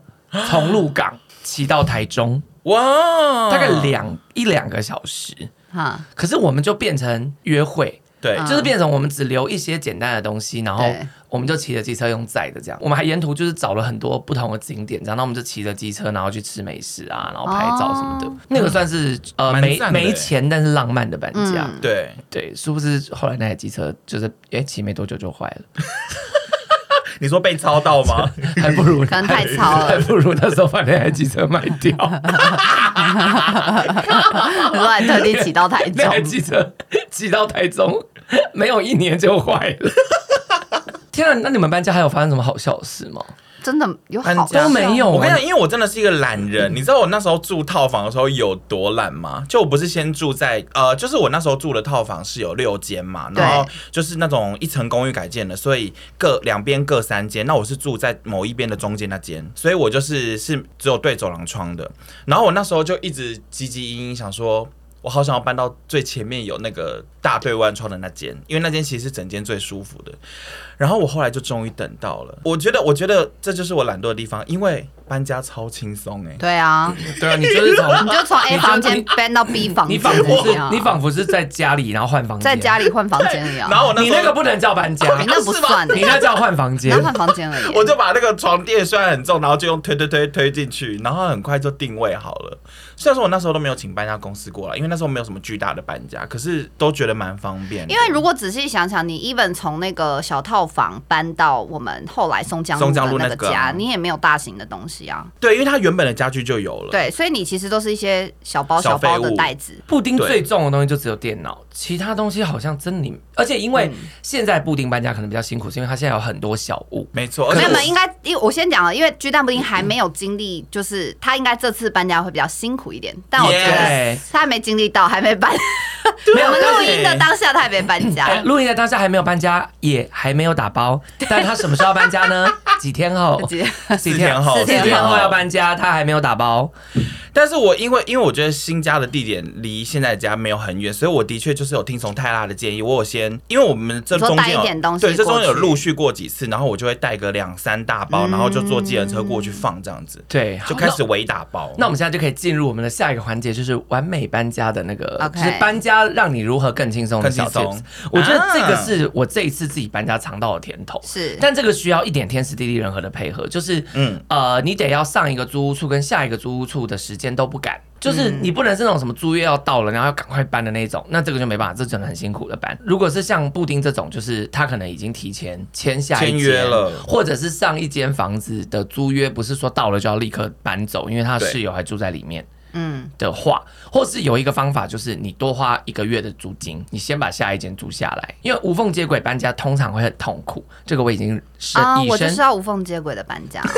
[SPEAKER 2] 从鹿港骑到台中，
[SPEAKER 3] 哇，
[SPEAKER 2] 大概
[SPEAKER 1] 嗯
[SPEAKER 2] 两一两个小时。
[SPEAKER 1] 哈，
[SPEAKER 2] 可是我们就变成约会，
[SPEAKER 3] 对，
[SPEAKER 1] 嗯
[SPEAKER 2] 就是变成我们只留一些简单的东西，然后
[SPEAKER 1] 对
[SPEAKER 2] 我们就骑着机车用载的这样。我们还沿途就是找了很多不同的景点，这样，那我们就骑着机车，然后去吃美食啊，然后拍照什么的。
[SPEAKER 1] 哦
[SPEAKER 2] 那个算是呃
[SPEAKER 3] 蛮
[SPEAKER 2] 没
[SPEAKER 3] 赞的欸
[SPEAKER 2] 没钱但是浪漫的搬家。
[SPEAKER 1] 嗯
[SPEAKER 3] 对，
[SPEAKER 2] 对，殊不知后来那台机车就是哎骑没多久就坏了，
[SPEAKER 3] 你说被操到吗？
[SPEAKER 2] 还不如
[SPEAKER 1] 可能太糙了
[SPEAKER 2] 还不如那时候把那台机车卖 掉。
[SPEAKER 1] 然后还特地骑到 台中
[SPEAKER 2] 那，台机车骑到台中，没有一年就坏了。天啊，那你们搬家还有发生什么好笑的事吗？
[SPEAKER 1] 真的有好啊
[SPEAKER 3] 搬家
[SPEAKER 2] 都没有啊
[SPEAKER 3] 我跟你讲，因为我真的是一个懒人，你知道我那时候住套房的时候有多懒吗？就我不是先住在呃，就是我那时候住的套房是有六间嘛，
[SPEAKER 1] 对
[SPEAKER 3] 然后就是那种一层公寓改建的，所以各两边各三间。那我是住在某一边的中间那间，所以我就是是只有对走廊窗的。然后我那时候就一直汲汲营营想说。我好想要搬到最前面有那个大对外窗的那间，因为那间其实是整间最舒服的。然后我后来就终于等到了，我觉得，我觉得这就是我懒惰的地方，因为搬家超轻松哎、
[SPEAKER 1] 对 啊，
[SPEAKER 2] 对啊，你就是从
[SPEAKER 1] 你就从 A 房间搬到 B 房
[SPEAKER 2] 你
[SPEAKER 1] 间
[SPEAKER 2] 仿佛
[SPEAKER 1] 这
[SPEAKER 2] 是
[SPEAKER 1] 样，
[SPEAKER 2] 你仿佛是在家里，然后换房间，
[SPEAKER 1] 在家里换房间而已 啊
[SPEAKER 3] 然，后我那
[SPEAKER 2] 你
[SPEAKER 3] 时候
[SPEAKER 2] 那个不能叫搬 家
[SPEAKER 1] 你，那不算的
[SPEAKER 2] 你，那叫换房间
[SPEAKER 1] 那。换房间而已。
[SPEAKER 3] 我就把那个床垫虽然很重，然后就用推推推推进去，然后很快就定位好了。虽然说我那时候都没有请搬家公司过来，因为那时候没有什么巨大的搬家，可是都觉得蛮方便的。
[SPEAKER 1] 因为如果仔细想想，你 even 从那个小套房搬到我们后来松江
[SPEAKER 3] 松江
[SPEAKER 1] 路
[SPEAKER 3] 路
[SPEAKER 1] 的
[SPEAKER 3] 那
[SPEAKER 1] 那
[SPEAKER 3] 个
[SPEAKER 1] 个家，
[SPEAKER 3] 啊
[SPEAKER 1] 你也没有大型的东西啊。
[SPEAKER 3] 对，因为它原本的家具就有了。
[SPEAKER 1] 对，所以你其实都是一些小包
[SPEAKER 3] 小
[SPEAKER 1] 小包
[SPEAKER 3] 废
[SPEAKER 1] 的
[SPEAKER 3] 物
[SPEAKER 1] 袋子。
[SPEAKER 2] 布丁最重的东西就只有电脑，其他东西好像真的，而且因为现在布丁搬家可能比较辛苦，是因为它现在有很多小物，
[SPEAKER 3] 没错，而
[SPEAKER 1] 没
[SPEAKER 3] 且
[SPEAKER 1] 有没有，
[SPEAKER 3] 我
[SPEAKER 1] 应该因为我先讲了，因为巨蛋布丁还没有经历，就是他应该这次搬家会比较辛苦一点，但我觉得
[SPEAKER 2] Yes
[SPEAKER 1] 他还没经历到，还没搬。
[SPEAKER 2] 没有
[SPEAKER 1] 我们
[SPEAKER 2] 但
[SPEAKER 1] 录
[SPEAKER 2] 是
[SPEAKER 1] 音的当下他还没搬
[SPEAKER 2] 哎
[SPEAKER 1] 家，
[SPEAKER 2] 录音的当下 还没有搬家，也还没有打包，但他什么时候要搬家 呢？几天后，
[SPEAKER 1] 直 接
[SPEAKER 2] 几
[SPEAKER 3] 四天后
[SPEAKER 2] 四天
[SPEAKER 1] 四天
[SPEAKER 2] 后
[SPEAKER 3] 后
[SPEAKER 2] 要搬家，他还没有打包。
[SPEAKER 3] 但是我因为因为我觉得新家的地点离现在的家没有很远，所以我的确就是有听从泰拉的建议，我有先因为我们这
[SPEAKER 1] 你说
[SPEAKER 3] 中
[SPEAKER 1] 带
[SPEAKER 3] 间
[SPEAKER 1] 一
[SPEAKER 3] 有
[SPEAKER 1] 点东西
[SPEAKER 3] 对这中间有
[SPEAKER 1] 过去嗯
[SPEAKER 3] 陆续过几次，然后我就会带个两三大包，然后就坐计程车过去放这样子，
[SPEAKER 2] 对，
[SPEAKER 3] 就开始围打包。
[SPEAKER 2] 那我们现在就可以进入我们的下一个环节，就是完美搬家的那个
[SPEAKER 1] OK
[SPEAKER 2] 就是搬家让你如何更轻松的小
[SPEAKER 3] 更
[SPEAKER 2] tips
[SPEAKER 3] 轻。
[SPEAKER 2] 我觉得这个
[SPEAKER 3] 啊
[SPEAKER 2] 是我这一次自己搬家尝到的甜头。
[SPEAKER 1] 是
[SPEAKER 2] 但这个需要一点天时地利人和的配合，就是，嗯
[SPEAKER 3] 嗯，
[SPEAKER 2] 呃，你得要上一个租屋处跟下一个租屋处的时间都不赶，就是
[SPEAKER 3] 嗯
[SPEAKER 2] 你不能是那种什么租约要到了，然后要赶快搬的那种，那这个就没办法，这真的很辛苦的搬。如果是像布丁这种，就是他可能已经提前签下一
[SPEAKER 3] 签约
[SPEAKER 2] 间
[SPEAKER 3] 了
[SPEAKER 2] 或者是上一间房子的租约不是说到了就要立刻搬走，因为他的
[SPEAKER 3] 对
[SPEAKER 2] 室友还住在里面。
[SPEAKER 1] 嗯，
[SPEAKER 2] 的话，或是有一个方法，就是你多花一个月的租金，你先把下一间租下来，因为无缝接轨搬家通常会很痛苦，这个我已经深
[SPEAKER 1] 啊，
[SPEAKER 2] 以
[SPEAKER 1] 我就
[SPEAKER 2] 身
[SPEAKER 1] 是。要无缝接轨的搬家，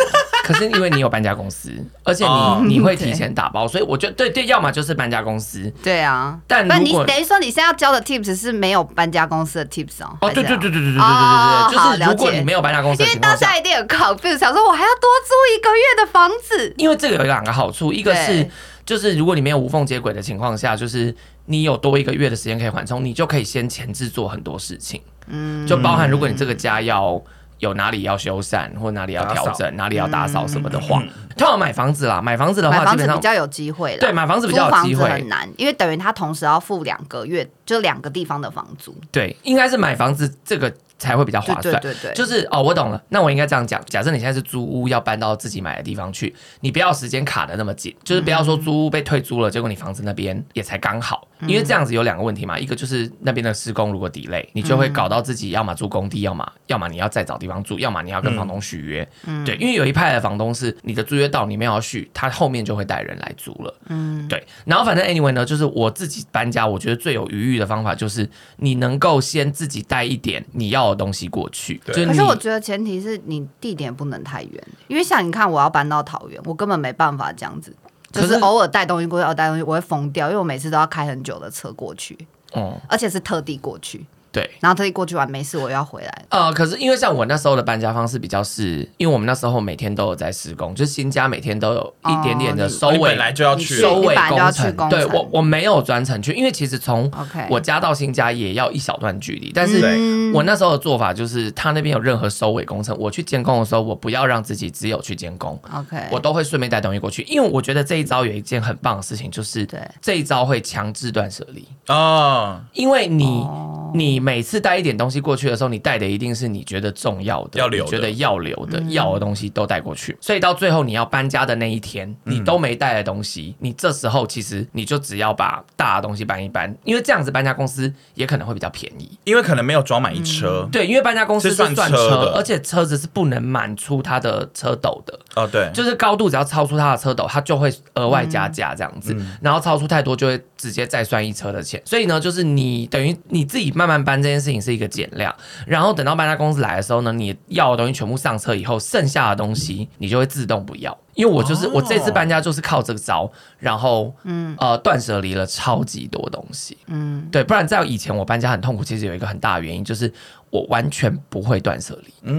[SPEAKER 2] 可是因为你有搬家公司，而且你、
[SPEAKER 3] 哦
[SPEAKER 2] 你会提前打包，所以我觉得对对，要么就是搬家公司。
[SPEAKER 1] 对啊。
[SPEAKER 2] 但
[SPEAKER 1] 不，
[SPEAKER 2] 如
[SPEAKER 1] 你
[SPEAKER 2] 果
[SPEAKER 1] 等于说你现在要教的 tips 是没有搬家公司的 tips 哦？
[SPEAKER 2] 哦，
[SPEAKER 1] 还是
[SPEAKER 2] 对对对对对对对对
[SPEAKER 1] 哦
[SPEAKER 2] 对，
[SPEAKER 1] 好
[SPEAKER 2] 就是如果
[SPEAKER 1] 了解
[SPEAKER 2] 你没有搬家公司
[SPEAKER 1] 这
[SPEAKER 2] 的
[SPEAKER 1] 样，因为
[SPEAKER 2] 情
[SPEAKER 1] 当
[SPEAKER 2] 况下
[SPEAKER 1] 下，一定有 confuse，想说我还要多租一个月的房子，
[SPEAKER 2] 因为这个有两个好处，一个是
[SPEAKER 1] 对
[SPEAKER 2] 就是如果你没有无缝接轨的情况下，就是你有多一个月的时间可以缓冲，你就可以先前置做很多事情。
[SPEAKER 1] 嗯，
[SPEAKER 2] 就包含如果你这个家要有哪里要修缮或哪里要调
[SPEAKER 3] 打扫
[SPEAKER 2] 整、哪里要打扫什么的话，通常买房子啦，买房子的
[SPEAKER 1] 嗯买
[SPEAKER 2] 话基
[SPEAKER 1] 房
[SPEAKER 2] 本
[SPEAKER 1] 子比
[SPEAKER 2] 上
[SPEAKER 1] 较有机会了。
[SPEAKER 2] 对买房子比
[SPEAKER 1] 租
[SPEAKER 2] 较有
[SPEAKER 1] 房
[SPEAKER 2] 机
[SPEAKER 1] 子
[SPEAKER 2] 会
[SPEAKER 1] 很，难，因为等于他同时要付两个月，就两个地方的房租。
[SPEAKER 2] 对，应该是买房子这个才会比较
[SPEAKER 1] 对
[SPEAKER 2] 划
[SPEAKER 1] 对
[SPEAKER 2] 算。
[SPEAKER 1] 对对，
[SPEAKER 2] 就是哦，我懂了。那我应该这样讲：假设你现在是租屋，要搬到自己买的地方去，你不要时间卡的那么紧，就是不要说租屋被退租了，结果你房子那边也才刚好。因为这样子有两个问题嘛，一个就是那边的施工如果 delay，你就会搞到自己要么住工地，要么要么你要再找地方住，要么你要跟房东续约。对，因为有一派的房东是你的租约到你没有要续，他后面就会带人来租了。嗯，对。然后反正 anyway 呢，就是我自己搬家，我觉得最有余裕的方法就是你能够先自己带一点你要的东西过去。
[SPEAKER 3] 对
[SPEAKER 2] 就是
[SPEAKER 1] 可
[SPEAKER 2] 你
[SPEAKER 1] 是我觉得前提是你地点不能太远，因为像你看，我要搬到桃园，我根本没办法这样子。就
[SPEAKER 2] 可
[SPEAKER 1] 是
[SPEAKER 2] 是
[SPEAKER 1] 哦偶尔带东西过去，偶尔带东西，我会疯掉，因为我每次都要开很久的车过去。
[SPEAKER 2] 嗯，
[SPEAKER 1] 而且是特地过去，
[SPEAKER 2] 对。
[SPEAKER 1] 然后特地过去玩没事，我又要回来。
[SPEAKER 2] 呃，可是因为像我那时候的搬家方式比较是，因为我们那时候每天都有在施工，就是新家每天都有一点点的收
[SPEAKER 3] 哦你
[SPEAKER 2] 尾，
[SPEAKER 3] 本来就要去
[SPEAKER 1] 你
[SPEAKER 2] 收
[SPEAKER 1] 你
[SPEAKER 2] 尾
[SPEAKER 1] 本来就要
[SPEAKER 2] 工
[SPEAKER 1] 去
[SPEAKER 2] 程。
[SPEAKER 1] 工
[SPEAKER 2] 对
[SPEAKER 1] 程
[SPEAKER 2] 我我没有专程去，因为其实从
[SPEAKER 1] OK 嗯
[SPEAKER 2] 我家到新家也要一小段距离，但是
[SPEAKER 3] 对
[SPEAKER 2] 我那时候的做法就是，他那边有任何收尾工程，我去监工的时候，我不要让自己只有去监工。
[SPEAKER 1] OK，
[SPEAKER 2] 我都会顺便带东西过去，因为我觉得这一招有一件很棒的事情，就是
[SPEAKER 1] 对
[SPEAKER 2] 这一招会强制断舍离。
[SPEAKER 3] 哦，
[SPEAKER 2] 因为你、
[SPEAKER 1] 哦
[SPEAKER 2] 你每次带一点东西过去的时候，你带的一定是你觉得重要的，
[SPEAKER 3] 要留
[SPEAKER 2] 你
[SPEAKER 3] 的
[SPEAKER 2] 觉得要留的、
[SPEAKER 1] 嗯
[SPEAKER 2] 要的东西都带过去，所以到最后你要搬家的那一天，你
[SPEAKER 1] 嗯
[SPEAKER 2] 都没带的东西，你这时候其实你就只要把大的东西搬一搬，因为这样子搬家公司也可能会比较便宜。
[SPEAKER 3] 因为可能没有装满一车。
[SPEAKER 1] 嗯
[SPEAKER 2] 对，因为搬家公司
[SPEAKER 3] 是
[SPEAKER 2] 是
[SPEAKER 3] 算
[SPEAKER 2] 算
[SPEAKER 3] 车的
[SPEAKER 2] 而且车子是不能满出它的车斗的，
[SPEAKER 3] 哦，对，
[SPEAKER 2] 就是高度只要超出它的车斗，它就会额外加价这样子，
[SPEAKER 3] 嗯
[SPEAKER 2] 然后超出太多就会直接再算一车的钱。所以呢，就是你等于你自己慢慢搬这件事情是一个减量，然后等到搬家公司来的时候呢，你要的东西全部上车以后，剩下的东西你就会自动不要。因为我就是、
[SPEAKER 3] 哦
[SPEAKER 2] 我这次搬家就是靠这个招，然后嗯呃断舍离了超级多东西，嗯对，不然在以前我搬家很痛苦，其实有一个很大的原因就是我完全不会断舍离，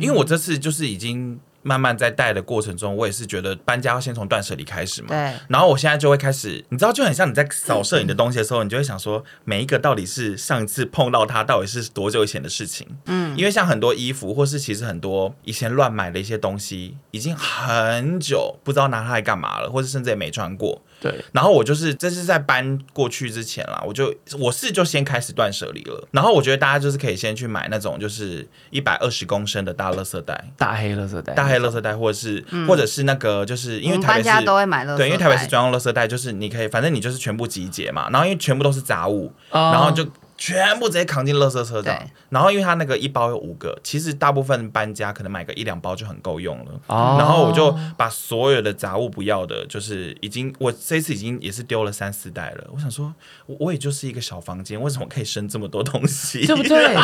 [SPEAKER 3] 因为我这次就是已经慢慢在带的过程中，我也是觉得搬家要先从断舍离开始嘛。
[SPEAKER 1] 对
[SPEAKER 3] 然后我现在就会开始，你知道，就很像你在扫射你的东西的时候，你就会想说，每一个到底是上一次碰到它，到底是多久以前的事情？嗯，因为像很多衣服，或是其实很多以前乱买的一些东西，已经很久不知道拿它来干嘛了，或是甚至也没穿过。
[SPEAKER 2] 对。
[SPEAKER 3] 然后我就是这是在搬过去之前啦，我就我是就先开始断舍离了。然后我觉得大家就是可以先去买那种就是一百二十公升的大垃圾袋。
[SPEAKER 2] 大黑垃圾袋，
[SPEAKER 3] 大黑垃圾袋，或者是、或者是那个，就是因
[SPEAKER 1] 我
[SPEAKER 3] 为
[SPEAKER 1] 们
[SPEAKER 3] 台
[SPEAKER 1] 搬
[SPEAKER 3] 北
[SPEAKER 1] 家
[SPEAKER 3] 是
[SPEAKER 1] 都会买乐色袋，
[SPEAKER 3] 对，因为台北是专用垃圾袋，就是你可以，反正你就是全部集结嘛，然后因为全部都是杂物，
[SPEAKER 2] 哦
[SPEAKER 3] 然后就全部直接扛进垃圾车上
[SPEAKER 1] 对。
[SPEAKER 3] 然后因为它那个一包有五个，其实大部分搬家可能买个一两包就很够用了。
[SPEAKER 2] 哦
[SPEAKER 3] 然后我就把所有的杂物不要的，就是已经我这次已经也是丢了三四袋了。我想说，我我也就是一个小房间，为什么可以生这么多东西？
[SPEAKER 2] 对不对？
[SPEAKER 3] 就
[SPEAKER 1] 哎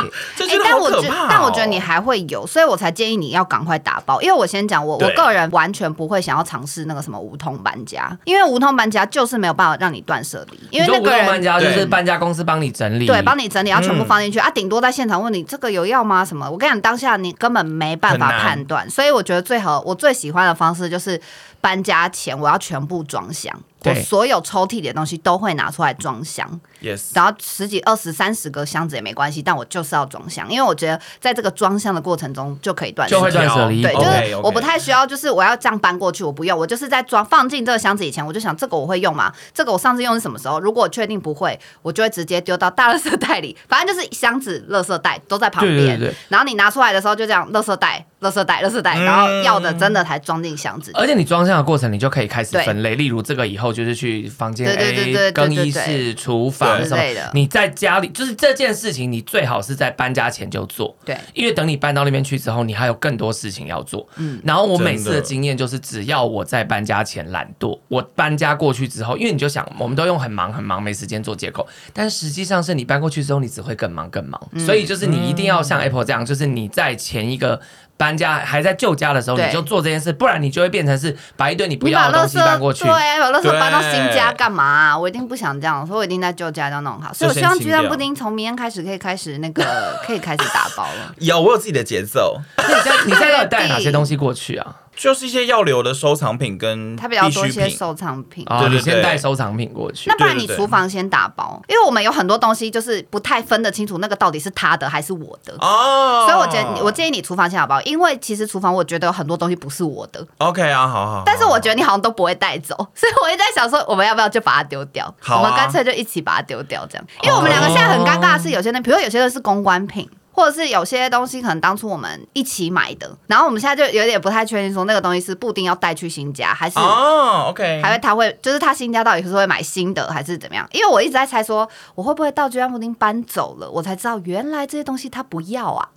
[SPEAKER 3] 觉得
[SPEAKER 1] 但
[SPEAKER 3] 好
[SPEAKER 1] 我
[SPEAKER 3] 可
[SPEAKER 1] 觉
[SPEAKER 3] 怕、哦
[SPEAKER 1] 但我觉得你还会有，所以我才建议你要赶快打包。因为我先讲，我我
[SPEAKER 3] 对
[SPEAKER 1] 个人完全不会想要尝试那个什么无痛搬家，因为无痛搬家就是没有办法让你断舍离，因为那
[SPEAKER 2] 你
[SPEAKER 1] 个
[SPEAKER 2] 说无痛搬
[SPEAKER 1] 人。
[SPEAKER 2] 家就是
[SPEAKER 3] 对
[SPEAKER 2] 搬家公司帮你整理，
[SPEAKER 1] 对，帮你整理，要全部放
[SPEAKER 2] 嗯
[SPEAKER 1] 进去、啊！顶多在现场问你这个有要吗？什么？我跟你讲，当下你根本没办法
[SPEAKER 3] 很难
[SPEAKER 1] 判断，所以我觉得最好，我最喜欢的方式就是搬家前我要全部装箱，我
[SPEAKER 2] 对
[SPEAKER 1] 所有抽屉里的东西都会拿出来装箱，
[SPEAKER 3] yes，
[SPEAKER 1] 然后十几、二十、三十个箱子也没关系，但我就是要装箱，因为我觉得在这个装箱的过程中就可以断
[SPEAKER 2] 就会
[SPEAKER 1] 舍离
[SPEAKER 2] 断舍离
[SPEAKER 1] 对，就
[SPEAKER 3] OK，OK
[SPEAKER 1] 是我不太需要，就是我要这样搬过去，我不用，我就是在装放进这个箱子以前，我就想这个我会用吗？这个我上次用是什么时候？如果我确定不会，我就会直接丢到大垃圾袋里，反正就是箱子、垃圾袋都在旁边。
[SPEAKER 2] 对对对对
[SPEAKER 1] 然后你拿出来的时候就这样，垃圾袋、垃圾袋、垃圾袋，然后要
[SPEAKER 3] 嗯
[SPEAKER 1] 的真的才装进箱子。
[SPEAKER 2] 而且你装箱的过程，你就可以开始分类，例如这个以后就是去房间
[SPEAKER 1] 对对对对对
[SPEAKER 2] A、更
[SPEAKER 1] 对
[SPEAKER 2] 衣室、厨房
[SPEAKER 3] 对
[SPEAKER 2] 什么
[SPEAKER 1] 之类的。
[SPEAKER 2] 你在家里，就是这件事情，你最好是在搬家前就做。
[SPEAKER 1] 对，
[SPEAKER 2] 因为等你搬到那边去之后，你还有更多事情要做。嗯，然后我每次
[SPEAKER 3] 真
[SPEAKER 2] 的
[SPEAKER 3] 的
[SPEAKER 2] 经验就是，只要我在搬家前懒惰，我搬家过去之后，因为你就想，我们都用很忙很忙没时间做借口，但实际上是你搬过去之后，你只会更忙更忙。
[SPEAKER 1] 嗯
[SPEAKER 2] 所以就是你一定要像 Apple 这样，就是你在前一个。搬家还在旧家的时候，
[SPEAKER 1] 对
[SPEAKER 2] 你就做这件事，不然你就会变成是把一堆你不
[SPEAKER 1] 你把
[SPEAKER 2] 要的
[SPEAKER 1] 垃
[SPEAKER 2] 东西
[SPEAKER 1] 圾
[SPEAKER 2] 搬过去
[SPEAKER 1] 对，。把垃圾搬到新家
[SPEAKER 3] 对
[SPEAKER 1] 干嘛啊、我一定不想这样，所以我一定在旧家这样弄好。所以我
[SPEAKER 3] 就
[SPEAKER 1] 希
[SPEAKER 3] 先
[SPEAKER 1] 望
[SPEAKER 3] 清
[SPEAKER 1] 鸡蛋
[SPEAKER 3] 掉
[SPEAKER 1] 布丁从明天开始可以开始那个可以开始打包 了。
[SPEAKER 3] 有我有自己的节奏。
[SPEAKER 2] 那你在你在到底带 哪些东西过去啊？
[SPEAKER 3] 就是一些要留的收藏品跟
[SPEAKER 1] 它比较
[SPEAKER 3] 必
[SPEAKER 1] 多
[SPEAKER 3] 需
[SPEAKER 1] 一些
[SPEAKER 3] 品，
[SPEAKER 1] 收藏品。
[SPEAKER 2] 啊，
[SPEAKER 3] 对对
[SPEAKER 2] 你先
[SPEAKER 3] 对
[SPEAKER 2] 带收藏品过去
[SPEAKER 1] 那。不然
[SPEAKER 3] 对
[SPEAKER 1] 你
[SPEAKER 3] 对对
[SPEAKER 1] 厨房先打包，因为我们有很多东西就是不太分得清楚那个到底是他的还是我的，
[SPEAKER 3] 哦
[SPEAKER 1] 所以我觉得我建议你厨房先打包，因为其实厨房我觉得有很多东西不是我的，
[SPEAKER 3] OK 啊，好好好。
[SPEAKER 1] 但是我觉得你好像都不会带走， 所以我也在想说，我们要不要就把它丢掉？
[SPEAKER 3] 好啊哦
[SPEAKER 1] 我们干脆就一起把它丢掉，这样。因为我们两个现在很尴尬的是，有些东西，比如有些东西是公关品，或者是有些东西可能当初我们一起买的，然后我们现在就有点不太确定，说那个东西是布丁要带去新家，还是
[SPEAKER 3] 哦，OK，
[SPEAKER 1] 还会他会就是他新家到底是会买新的还是怎么样？因为我一直在猜说，我会不会到居安布丁搬走了，我才知道原来这些东西他不要啊。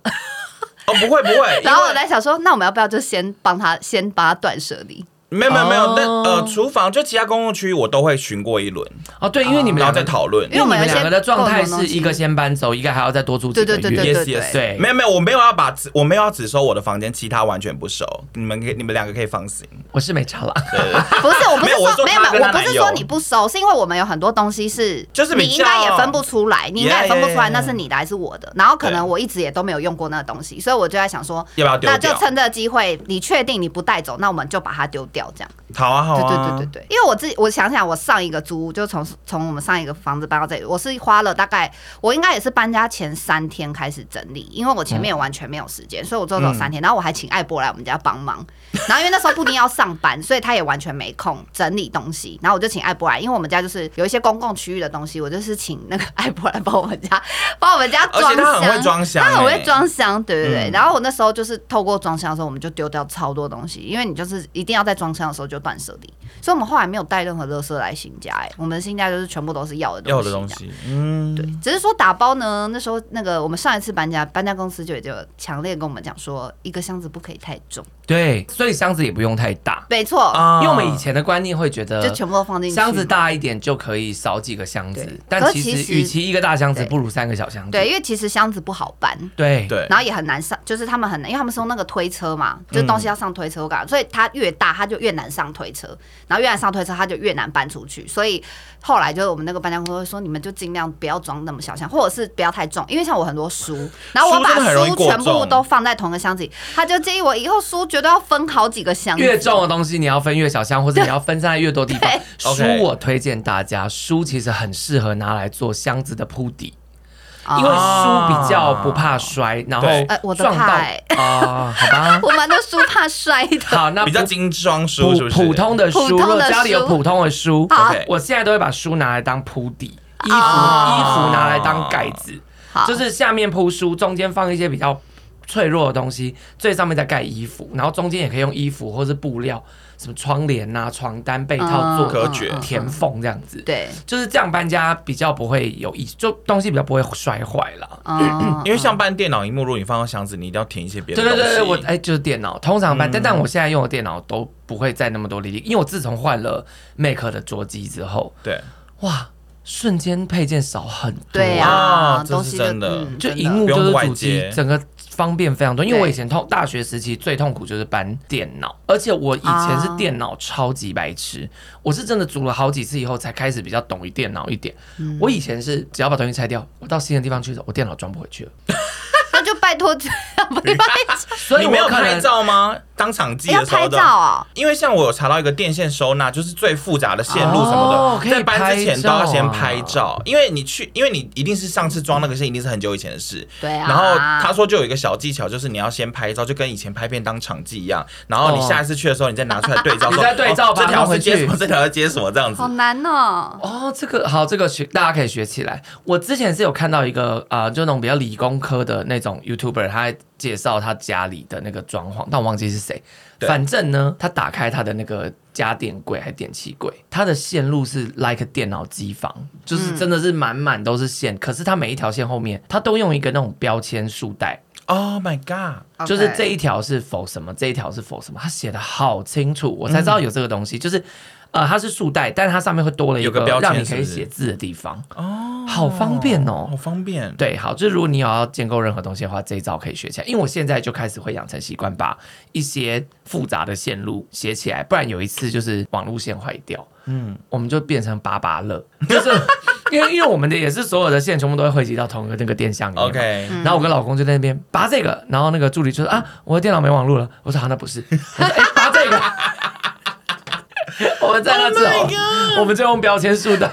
[SPEAKER 3] 哦，不会不会，
[SPEAKER 1] 然后我
[SPEAKER 3] 因为
[SPEAKER 1] 在想说，那我们要不要就先帮他先帮他断舍离？
[SPEAKER 3] 没有没有没有
[SPEAKER 2] 哦，
[SPEAKER 3] 但呃，厨房就其他公共区域我都会巡过一轮，
[SPEAKER 2] 哦，对，因为你们
[SPEAKER 3] 啊然
[SPEAKER 2] 俩
[SPEAKER 3] 后再讨论
[SPEAKER 1] 因。为我
[SPEAKER 2] 你
[SPEAKER 1] 们有
[SPEAKER 2] 们
[SPEAKER 1] 一些
[SPEAKER 2] 两个的状态
[SPEAKER 1] 共同
[SPEAKER 2] 是
[SPEAKER 1] 东西
[SPEAKER 2] 一个先搬走，一个还要再多住几
[SPEAKER 1] 对
[SPEAKER 2] 个
[SPEAKER 1] 对
[SPEAKER 2] 月。
[SPEAKER 1] 对对对
[SPEAKER 3] Yes,
[SPEAKER 1] 对
[SPEAKER 3] yes
[SPEAKER 2] 对
[SPEAKER 3] 没有没有，我没有要把只我没有要只收我的房间，其他完全不收。你们可以你们两个可以放心。
[SPEAKER 2] 我是没差啦。
[SPEAKER 1] 不是，我不是
[SPEAKER 3] 没有我
[SPEAKER 1] 说
[SPEAKER 3] 说
[SPEAKER 1] 没有
[SPEAKER 3] 他
[SPEAKER 1] 没有，
[SPEAKER 3] 跟他
[SPEAKER 1] 我不
[SPEAKER 3] 男
[SPEAKER 1] 是
[SPEAKER 3] 友
[SPEAKER 1] 说你不收，是因为我们有很多东西是，
[SPEAKER 3] 就是比
[SPEAKER 1] 你应该也
[SPEAKER 3] 较
[SPEAKER 1] 分不出来，你应该也
[SPEAKER 3] Yeah,
[SPEAKER 1] 分不出来
[SPEAKER 3] yeah,
[SPEAKER 1] 那
[SPEAKER 3] yeah
[SPEAKER 1] 是你的还是我的。然后可能
[SPEAKER 3] 对
[SPEAKER 1] 我一直也都没有用过那个东西，所以我就在想说，
[SPEAKER 3] 要不要丢
[SPEAKER 1] 那就
[SPEAKER 3] 掉
[SPEAKER 1] 趁这个机会，你确定你不带走，那我们就把它丢掉，这样。
[SPEAKER 3] 好啊好
[SPEAKER 1] 对
[SPEAKER 3] 啊，
[SPEAKER 1] 对对对对，因为我自己我想想，我上一个租屋就从从我们上一个房子搬到这里，我是花了大概我应该也是搬家前三天开始整理，因为我前面完全没有时间，所以我就只有三天。然后我还请艾波来我们家帮忙，然后因为那时候布丁要上班，所以他也完全没空整理东西。然后我就请艾波来，因为我们家
[SPEAKER 3] 哦
[SPEAKER 1] 就是有一些公共区域的东西，我就是请那个艾波来帮我们家帮我们家
[SPEAKER 3] 而
[SPEAKER 1] 装
[SPEAKER 3] 且
[SPEAKER 1] 箱。
[SPEAKER 3] 哦他很会装 箱、
[SPEAKER 1] 他很会
[SPEAKER 3] 欸
[SPEAKER 1] 装箱，对对对。
[SPEAKER 3] 嗯
[SPEAKER 1] 然后我那时候就是透过装箱的时候，我们就丢掉超多东西，因为你就是一定要在装箱的时候就断舍离，所以我们后来没有带任何垃圾来新家、哎，我们的新家就是全部都是要的东西，
[SPEAKER 3] 嗯要的东。西，嗯，对，
[SPEAKER 1] 只是说打包呢，那时候那个我们上一次搬家，搬家公司就已经有强烈跟我们讲说，一个箱子不可以太重。
[SPEAKER 2] 对，所以箱子也不用太大，
[SPEAKER 1] 没错，
[SPEAKER 3] 啊
[SPEAKER 2] 因为我们以前的观念会觉得
[SPEAKER 1] 嗯就全部都放进去
[SPEAKER 2] 箱子大一点就可以少几个箱子
[SPEAKER 1] 对，
[SPEAKER 2] 但
[SPEAKER 1] 可
[SPEAKER 2] 其
[SPEAKER 1] 其
[SPEAKER 2] 实
[SPEAKER 1] 实
[SPEAKER 2] 与其一个大箱子，
[SPEAKER 1] 对
[SPEAKER 2] 不如三个小箱子。
[SPEAKER 1] 对，因为其实箱子不好搬，
[SPEAKER 2] 对
[SPEAKER 3] 对
[SPEAKER 1] 然后也很难上，就是他们很难，因为他们是用那个推车嘛，就是东西要上推车，我感
[SPEAKER 3] 嗯
[SPEAKER 1] 觉，所以它越大，它就越难上推车，然后越难上推车，它就越难搬出去。所以后来就是我们那个搬家公司会说，你们就尽量不要装那么小箱，或者是不要太重，因为像我很多书，然后我
[SPEAKER 3] 书
[SPEAKER 1] 把
[SPEAKER 3] 真的很容易
[SPEAKER 1] 书
[SPEAKER 3] 过
[SPEAKER 1] 全部
[SPEAKER 3] 重
[SPEAKER 1] 都放在同一个箱子里，他就建议我以后书绝对要分好几个箱子，
[SPEAKER 2] 越重的东西你要分越小箱，或者你要分散在越多地 方
[SPEAKER 1] 对。
[SPEAKER 2] 书
[SPEAKER 3] OK
[SPEAKER 2] 我推荐大家，书其实很适合拿来做箱子的铺底，
[SPEAKER 1] 啊
[SPEAKER 2] 因为书比较不怕摔，然后
[SPEAKER 3] 对
[SPEAKER 1] 呃我的
[SPEAKER 2] 撞到
[SPEAKER 1] 怕欸，
[SPEAKER 2] 啊，好吧
[SPEAKER 1] 我们的书怕摔的。
[SPEAKER 2] 好，那
[SPEAKER 3] 比较
[SPEAKER 2] 不
[SPEAKER 3] 精装书是
[SPEAKER 2] 普
[SPEAKER 3] 不是？
[SPEAKER 2] 普通的书，
[SPEAKER 1] 普通
[SPEAKER 2] 如
[SPEAKER 1] 的
[SPEAKER 2] 果家里有
[SPEAKER 1] 书
[SPEAKER 2] 普通的书
[SPEAKER 1] 好
[SPEAKER 3] OK
[SPEAKER 2] 我现在都会把书拿来当铺底，衣服、衣
[SPEAKER 3] 啊
[SPEAKER 2] 服拿来当盖子，
[SPEAKER 1] 好
[SPEAKER 2] 就是下面铺书，中间放一些比较脆弱的东西，最上面再盖衣服，然后中间也可以用衣服或是布料，什么窗帘呐、床单、被套做
[SPEAKER 1] 嗯
[SPEAKER 3] 隔绝
[SPEAKER 1] 嗯嗯
[SPEAKER 2] 填缝这样子。
[SPEAKER 1] 对，
[SPEAKER 2] 就是这样搬家比较不会有意，就东西比较不会摔坏了。
[SPEAKER 1] 嗯，
[SPEAKER 3] 因为像搬电脑荧幕，如果你放到箱子，你一定要填一些别的
[SPEAKER 2] 对
[SPEAKER 3] 东
[SPEAKER 2] 对
[SPEAKER 3] 西。嗯
[SPEAKER 2] 对对，我哎、就是电脑，通常搬，但、但我现在用的电脑都不会再那么多力力，因为我自从换了 Mac 的桌机之后，
[SPEAKER 3] 对
[SPEAKER 2] 哇，瞬间配件少很多，
[SPEAKER 1] 对
[SPEAKER 3] 哇
[SPEAKER 1] 啊，
[SPEAKER 3] 这
[SPEAKER 1] 东
[SPEAKER 3] 是
[SPEAKER 1] 西
[SPEAKER 3] 真的啊
[SPEAKER 1] 嗯
[SPEAKER 2] 就
[SPEAKER 1] 真的
[SPEAKER 2] 荧幕
[SPEAKER 3] 不用
[SPEAKER 2] 就是
[SPEAKER 3] 外
[SPEAKER 2] 主机
[SPEAKER 3] 接，
[SPEAKER 2] 整个方便非常多。因为
[SPEAKER 1] 对
[SPEAKER 2] 我以前痛大学时期最痛苦就是搬电脑，而且我以前是
[SPEAKER 1] 啊
[SPEAKER 2] 电脑超级白痴，我是真的组了好几次以后才开始比较懂一电脑一点。
[SPEAKER 1] 嗯
[SPEAKER 2] 我以前是只要把东西拆掉，我到新的地方去的时候，我电脑装不回去了，
[SPEAKER 1] 那就拜托， 不拜托，
[SPEAKER 2] 所以
[SPEAKER 3] 你
[SPEAKER 2] 我
[SPEAKER 3] 没有
[SPEAKER 2] 可
[SPEAKER 3] 拍
[SPEAKER 2] 能。
[SPEAKER 3] 照吗？当场记
[SPEAKER 1] 要
[SPEAKER 3] 的时
[SPEAKER 1] 拍
[SPEAKER 3] 候的
[SPEAKER 1] 照。啊。
[SPEAKER 3] 因为像我有查到一个电线收纳，就是最复杂的线路什么的，
[SPEAKER 2] 哦可以
[SPEAKER 3] 在搬之前都要先
[SPEAKER 2] 拍
[SPEAKER 3] 拍
[SPEAKER 2] 照
[SPEAKER 3] 照，因为你去，因为你一定是上次装那个线，一定是很久以前的事。
[SPEAKER 1] 对啊。
[SPEAKER 3] 然后他说就有一个小技巧，就是你要先拍照，就跟以前拍片当场记一样。然后你
[SPEAKER 2] 哦
[SPEAKER 3] 下一次去的时候，你再拿出来对照说，
[SPEAKER 2] 你再对照
[SPEAKER 3] 哦这
[SPEAKER 2] 把它弄
[SPEAKER 3] 条
[SPEAKER 2] 回
[SPEAKER 3] 是接什么，
[SPEAKER 2] 去
[SPEAKER 3] 这条是接什么，这样子
[SPEAKER 1] 好。难哦。
[SPEAKER 2] 哦，这个好，这个学大家可以学起来。我之前是有看到一个啊、呃就那种比较理工科的那种 YouTuber，他在介绍他家里的那个装潢，但我忘记是谁。
[SPEAKER 3] 对
[SPEAKER 2] 反正呢，他打开他的那个家电柜还是电器柜，他的线路是 like 电脑机房，就是真的是满满都是线。可是他每一条线后面，他都用一个那种标签束带，
[SPEAKER 3] Oh my god！
[SPEAKER 2] 就是这
[SPEAKER 1] OK
[SPEAKER 2] 一条是否什么，这一条是否什么，他写的好清楚，我才知道有这个东西。就是呃，它是束带，但是它上面会多了一
[SPEAKER 3] 有个标签
[SPEAKER 2] 让你可以
[SPEAKER 3] 是不是
[SPEAKER 2] 写字的地方，
[SPEAKER 3] 哦，
[SPEAKER 2] 好方便哦
[SPEAKER 3] 好方便。
[SPEAKER 2] 对，好，就是如果你有要建构任何东西的话，这一招可以学起来。因为我现在就开始会养成习惯，把一些复杂的线路写起来，不然有一次就是网路线坏掉，嗯，我们就变成拔拔乐， 就是因为因为我们的也是所有的线全部都会汇集到同一个那个电箱里面嘛。
[SPEAKER 3] OK，
[SPEAKER 2] 然后我跟老公就在那边拔这个，然后那个助理就说啊，我的电脑没网络了。我说好、啊，那不是，我说哎、拔这个。 我们在那之后
[SPEAKER 3] Oh my
[SPEAKER 2] 我们就用标签束带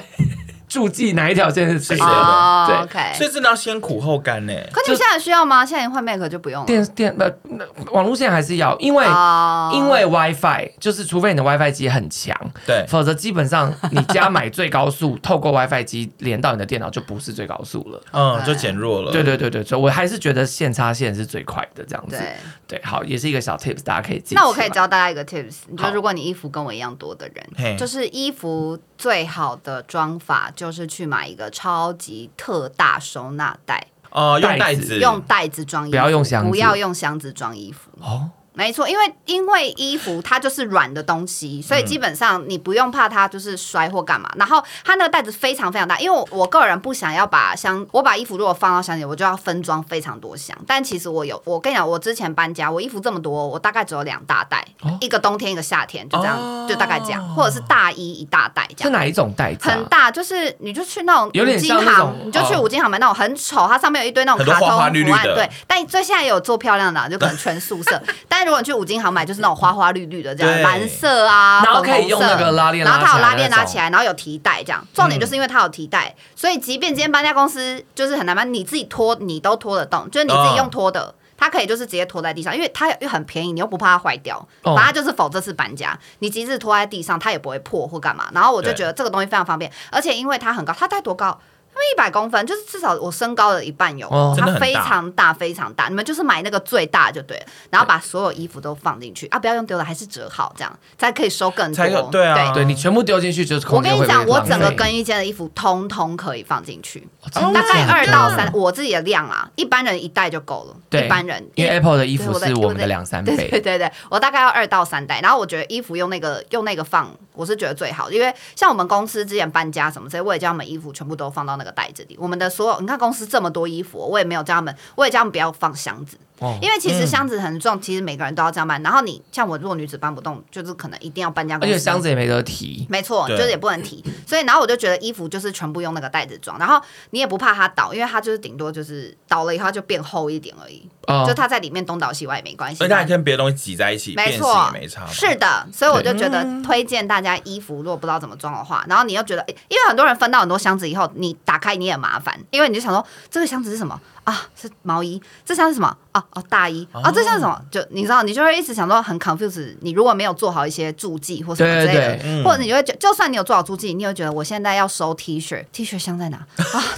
[SPEAKER 2] 注记哪一条线是谁的。
[SPEAKER 3] 啊
[SPEAKER 1] 哦
[SPEAKER 2] 对，
[SPEAKER 1] ，OK
[SPEAKER 3] 所。以真的要先苦后甘呢。
[SPEAKER 1] 可你们现在需要吗？现在换 Mac 就不用了。
[SPEAKER 2] 电电呃那网络线还是要，因为、
[SPEAKER 3] 啊
[SPEAKER 1] 哦
[SPEAKER 2] 因为 WiFi 就是，除非你的 WiFi 机很强，
[SPEAKER 3] 对
[SPEAKER 2] 否则基本上你家买最高速，透过 WiFi 机连到你的电脑就不是最高速了。
[SPEAKER 3] 嗯，就减弱了。
[SPEAKER 2] 对对对对，所以我还是觉得线插线是最快的这样子。
[SPEAKER 1] 对，
[SPEAKER 2] 对，好，也是一个小 tips，大家可以记起来。
[SPEAKER 1] 那我可以教大家一个 tips，就
[SPEAKER 2] 好
[SPEAKER 1] 是如果你衣服跟我一样多的
[SPEAKER 3] 嘿
[SPEAKER 1] 人，就是衣服最好的装法就是去买一个超级特大收纳袋，
[SPEAKER 3] 哦，用袋
[SPEAKER 2] 袋
[SPEAKER 3] 子，
[SPEAKER 1] 用袋子装衣服，
[SPEAKER 2] 不要用箱子
[SPEAKER 1] 不要用箱子装衣服。
[SPEAKER 2] 哦，
[SPEAKER 1] 没错，因为因为衣服它就是软的东西，所以基本上你不用怕它就是摔或干嘛。然后它那个袋子非常非常大，因为我我个人不想要把箱，我把衣服如果放到箱里，我就要分装非常多箱。但其实我有，我跟你讲，我之前搬家，我衣服这么多，我大概只有两大袋，一个冬天一个夏天，就这样，
[SPEAKER 3] 哦
[SPEAKER 1] 就大概这样，或者是大衣一大袋这
[SPEAKER 2] 是
[SPEAKER 1] 样。
[SPEAKER 2] 哪一种袋子、啊？
[SPEAKER 1] 很大，就是你就去那种
[SPEAKER 2] 有点
[SPEAKER 1] 五金
[SPEAKER 2] 像那种
[SPEAKER 1] 行，你就去
[SPEAKER 2] 哦
[SPEAKER 1] 五金行买那种很丑，它上面有一堆那种
[SPEAKER 3] 很多
[SPEAKER 1] 卡通
[SPEAKER 3] 花花绿绿
[SPEAKER 1] 图案，
[SPEAKER 3] 的
[SPEAKER 1] 对。但最现在也有做漂亮的啊，就可 能全素色。但是如果你去五金行买，就是那种花花绿绿的这
[SPEAKER 3] 对
[SPEAKER 1] 样，蓝色啊，
[SPEAKER 2] 然后
[SPEAKER 1] 粉
[SPEAKER 2] 可以
[SPEAKER 1] 红
[SPEAKER 2] 用
[SPEAKER 1] 色
[SPEAKER 2] 那个拉链
[SPEAKER 1] 然后它有
[SPEAKER 2] 拉
[SPEAKER 1] 拉
[SPEAKER 2] 起来
[SPEAKER 1] 链
[SPEAKER 2] 那
[SPEAKER 1] 拉
[SPEAKER 2] 种嗯
[SPEAKER 1] 起来，然后有提袋这样。重点就是因为它有提袋，所以即便今天搬家公司就是很难搬，你自己拖你都拖得动，就是你
[SPEAKER 2] 哦
[SPEAKER 1] 自己用
[SPEAKER 3] 嗯
[SPEAKER 1] 拖的。它可以就是直接拖在地上，因为它又很便宜，你又不怕它坏掉。
[SPEAKER 2] 哦
[SPEAKER 1] 反正它就是否这次搬家，你即使拖在地上，它也不会破或干嘛。然后我就
[SPEAKER 3] 对
[SPEAKER 1] 觉得这个东西非常方便，而且因为它很高，它大概多高？因为一百公分，就是至少我身高的一半有，
[SPEAKER 2] 哦
[SPEAKER 3] 真的
[SPEAKER 1] 它
[SPEAKER 3] 很大
[SPEAKER 1] 非常大非常大。你们就是买那个最大就对了，然后把所有衣服都放进去啊，不要用丢的，还是折好这样，才可以收更多。
[SPEAKER 3] 才有对啊
[SPEAKER 2] 对你全部丢进去就是
[SPEAKER 1] 我
[SPEAKER 2] 空
[SPEAKER 1] 跟
[SPEAKER 2] 间
[SPEAKER 1] 你
[SPEAKER 2] 会被
[SPEAKER 1] 讲，我整个
[SPEAKER 2] 浪费
[SPEAKER 1] 更衣间的衣服通通可以放进去，
[SPEAKER 2] 哦真的
[SPEAKER 1] 大概
[SPEAKER 2] 假的
[SPEAKER 1] 二到三，我自己的量啊，一般人一袋就够了。
[SPEAKER 2] 对
[SPEAKER 1] 一般人
[SPEAKER 2] 因为 Apple 的衣服
[SPEAKER 1] 对
[SPEAKER 2] 是
[SPEAKER 1] 在
[SPEAKER 2] 我们的两三
[SPEAKER 1] 对对
[SPEAKER 2] 倍，
[SPEAKER 1] 对对，我大概要二到三袋。然后我觉得衣服用那个用那个放，我是觉得最好的，因为像我们公司之前搬家什么之类，我也叫他们衣服全部都放到那个袋子里。我们的所有，你看公司这么多衣服，我也没有叫他们，我也叫他们不要放箱子，
[SPEAKER 2] 哦
[SPEAKER 1] 因为其实箱子很重，其实每个人都要这样搬。然后你像我，如果女子搬不动，就是可能一定要搬家
[SPEAKER 2] 而
[SPEAKER 1] 公司，
[SPEAKER 2] 且箱子也没得提。
[SPEAKER 1] 没错，
[SPEAKER 3] 对
[SPEAKER 1] 就是也不能提，所以然后我就觉得衣服就是全部用那个袋子装，然后你也不怕它倒，因为它就是顶多就是倒了以后它就变厚一点而已，
[SPEAKER 2] 哦
[SPEAKER 1] 就它在里面东倒西歪也没关系
[SPEAKER 3] 所以。它还跟别的东西挤在一起，变
[SPEAKER 1] 没
[SPEAKER 3] 形
[SPEAKER 1] 错
[SPEAKER 3] 也没差。，嗯
[SPEAKER 1] 是的，所以我就觉得推荐大家衣服，如果不知道怎么装的话，然后你又觉得，诶因为很多人分到很多箱子以后，你打开你也麻烦，因为你就想说这个箱子是什么啊？是毛衣，这箱是什么啊？哦，大衣啊，这箱是什么？就你知道，你就会一直想说很 confused。你如果没有做好一些注记或什么之类的，
[SPEAKER 2] 对对
[SPEAKER 3] 嗯
[SPEAKER 1] 或者你就会觉就算你有做好注记，你也会觉得我现在要收 T 恤，T 恤箱在哪啊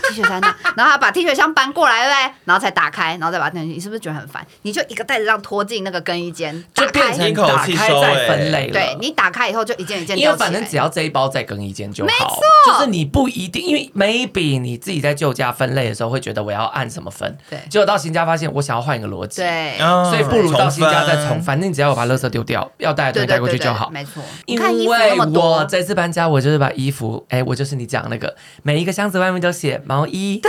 [SPEAKER 1] ？T 恤在哪？然后他把 T 恤箱搬过来，对不对？然后才打开，然后再把它进去，你是不是觉得很烦？你就一个袋子这样拖进那个更衣间，打
[SPEAKER 2] 就变
[SPEAKER 1] 开，
[SPEAKER 2] 成
[SPEAKER 3] 一口
[SPEAKER 2] 打
[SPEAKER 3] 气
[SPEAKER 2] 开
[SPEAKER 3] 收
[SPEAKER 2] 再
[SPEAKER 3] 欸
[SPEAKER 2] 分类了。
[SPEAKER 1] 对你打开以后就一件一件
[SPEAKER 2] 因
[SPEAKER 1] 丢
[SPEAKER 2] 为
[SPEAKER 1] 起来，
[SPEAKER 2] 反正只要这一包再更一件就好，就是你不一定，因为 maybe 你自己在旧家分类的时候会觉得我要按什么分，
[SPEAKER 1] 对
[SPEAKER 2] 结果到新家发现我想要换一个逻辑，，
[SPEAKER 1] 对。
[SPEAKER 3] 嗯
[SPEAKER 2] 所以不如到新家再重，
[SPEAKER 3] 重分
[SPEAKER 2] 反正只要我把垃圾丢掉，要带
[SPEAKER 1] 对
[SPEAKER 2] 的东
[SPEAKER 1] 对
[SPEAKER 2] 西带过
[SPEAKER 1] 对
[SPEAKER 2] 去
[SPEAKER 1] 对，
[SPEAKER 2] 就好。
[SPEAKER 1] 没错。你
[SPEAKER 2] 因
[SPEAKER 1] 看衣服那
[SPEAKER 2] 为
[SPEAKER 1] 么
[SPEAKER 2] 我
[SPEAKER 1] 多，
[SPEAKER 2] 这次搬家，我就是把衣服，哎，我就是你讲那个，每一个箱子外面都写毛衣、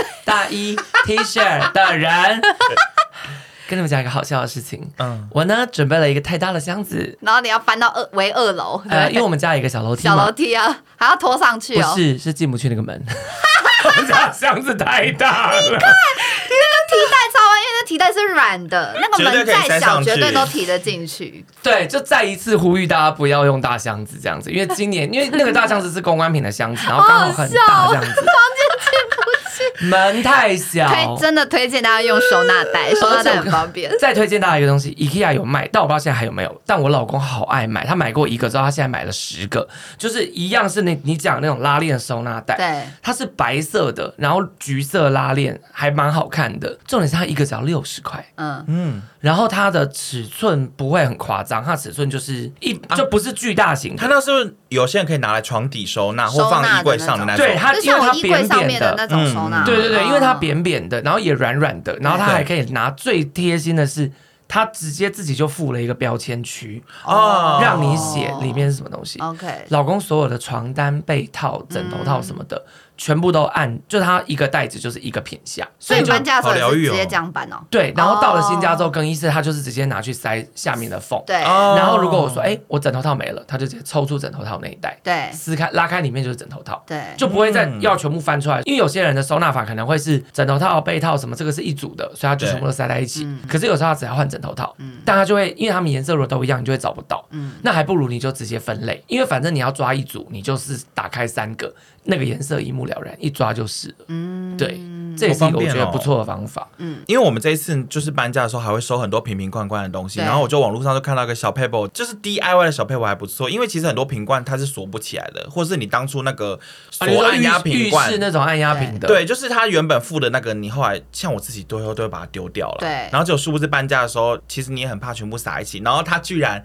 [SPEAKER 2] 大衣、T 恤的人。跟你们讲一个好笑的事情，
[SPEAKER 3] 嗯，
[SPEAKER 2] 我呢准备了一个太大的箱子，
[SPEAKER 1] 然后你要搬到二为二楼，
[SPEAKER 2] 呃，因为
[SPEAKER 1] 对
[SPEAKER 2] 我们家有一个小楼梯
[SPEAKER 1] 小
[SPEAKER 2] 嘛
[SPEAKER 1] 楼，梯啊，还要拖上去
[SPEAKER 2] 不
[SPEAKER 1] 哦。
[SPEAKER 2] 是，是进不去那个门。我们家箱子太大了，
[SPEAKER 1] 提袋超弯，因为那提袋是软的，那个
[SPEAKER 3] 绝
[SPEAKER 1] 门
[SPEAKER 3] 对可以
[SPEAKER 1] 再
[SPEAKER 3] 塞
[SPEAKER 1] 小
[SPEAKER 3] 上
[SPEAKER 1] 绝对
[SPEAKER 3] 去
[SPEAKER 1] 都提得进去。
[SPEAKER 2] 对，就再一次呼吁大家不要用大箱子这样子，因为今年因为那个大箱子是公关品的箱子，然后哦刚好很大这 样子，门太小
[SPEAKER 1] 推。真的推荐大家用收纳
[SPEAKER 2] 哦
[SPEAKER 1] 袋，收纳袋很方 便。
[SPEAKER 2] 再推荐大家一个东西，IKEA 有卖，但我不知道现在还有没有。但我老公好爱买，他买过一个之后，他现在买了十个，就是一样是那你讲那种拉链收纳袋，
[SPEAKER 1] 对，
[SPEAKER 2] 它是白色的，然后橘色拉链还蛮好看的。重点是它一个只要六十块，
[SPEAKER 1] 嗯，
[SPEAKER 2] 然后它的尺寸不会很夸张，它的尺寸就是一就不是巨大型
[SPEAKER 3] 啊它
[SPEAKER 2] 的，
[SPEAKER 3] 那是不是有些人可以拿来床底收纳或放衣柜上的那种，
[SPEAKER 2] 对它
[SPEAKER 1] 就
[SPEAKER 2] 因为
[SPEAKER 1] 像
[SPEAKER 2] 它
[SPEAKER 1] 我衣柜
[SPEAKER 2] 扁
[SPEAKER 1] 上面
[SPEAKER 2] 扁
[SPEAKER 1] 的
[SPEAKER 2] 的
[SPEAKER 1] 那种收纳。
[SPEAKER 3] 嗯
[SPEAKER 2] 对对对，因为它
[SPEAKER 1] 哦
[SPEAKER 2] 扁扁的，然后也软软的，然后它还可以拿。最贴心的是，它直接自己就附了一个标签区，
[SPEAKER 3] 哦
[SPEAKER 2] 让你写里面是什么东西。
[SPEAKER 1] OK，
[SPEAKER 2] 老公所有的床单、被套、枕头套什么的，
[SPEAKER 1] 嗯
[SPEAKER 2] 全部都按，就它一个袋子就是一个品项，
[SPEAKER 1] 所以你
[SPEAKER 2] 就
[SPEAKER 1] 搬家的时
[SPEAKER 3] 好
[SPEAKER 1] 候
[SPEAKER 3] 疗
[SPEAKER 1] 也
[SPEAKER 3] 愈
[SPEAKER 1] 是
[SPEAKER 3] 哦
[SPEAKER 1] 直接这样搬哦。
[SPEAKER 2] 对。然后到了新家之后，
[SPEAKER 1] 哦
[SPEAKER 2] 更衣室它就是直接拿去塞下面的缝。
[SPEAKER 1] 对
[SPEAKER 3] 哦
[SPEAKER 2] 然后如果我说，哎、我枕头套没了，他就直接抽出枕头套那一袋，
[SPEAKER 1] 对
[SPEAKER 2] 撕开拉开里面就是枕头套，
[SPEAKER 1] 对，
[SPEAKER 2] 就不会再
[SPEAKER 3] 嗯
[SPEAKER 2] 要全部翻出来。因为有些人的收纳法可能会是枕头套、被套什么，这个是一组的，所以他就全部都塞在一起。可是有时候他只要换枕头套，但他就会因为他们颜色如果都一样，你就会找不到。那还不如你就直接分类，因为反正你要抓一组，你就是打开三个，那个颜色一目了然，一抓就是。嗯，对，这也是一个我觉得不错的方法。
[SPEAKER 3] 因为我们这一次就是搬家的时候，还会收很多瓶瓶罐罐的东西，
[SPEAKER 1] 对
[SPEAKER 3] 然后我就网络上就看到一个小 paper，就是 DIY 的小 paper 还不错，因为其实很多瓶罐它是锁不起来的，或是你当初那个锁
[SPEAKER 2] 啊你说
[SPEAKER 3] 按压
[SPEAKER 2] 浴
[SPEAKER 3] 瓶
[SPEAKER 2] 浴
[SPEAKER 3] 罐
[SPEAKER 2] 室。那种按压瓶的，
[SPEAKER 3] 哦对，就是它原本附的那个，你后来像我自己最后都会把它丢掉了。
[SPEAKER 1] 对
[SPEAKER 3] 然后只有殊不知搬家的时候，其实你也很怕全部撒一起，然后它居然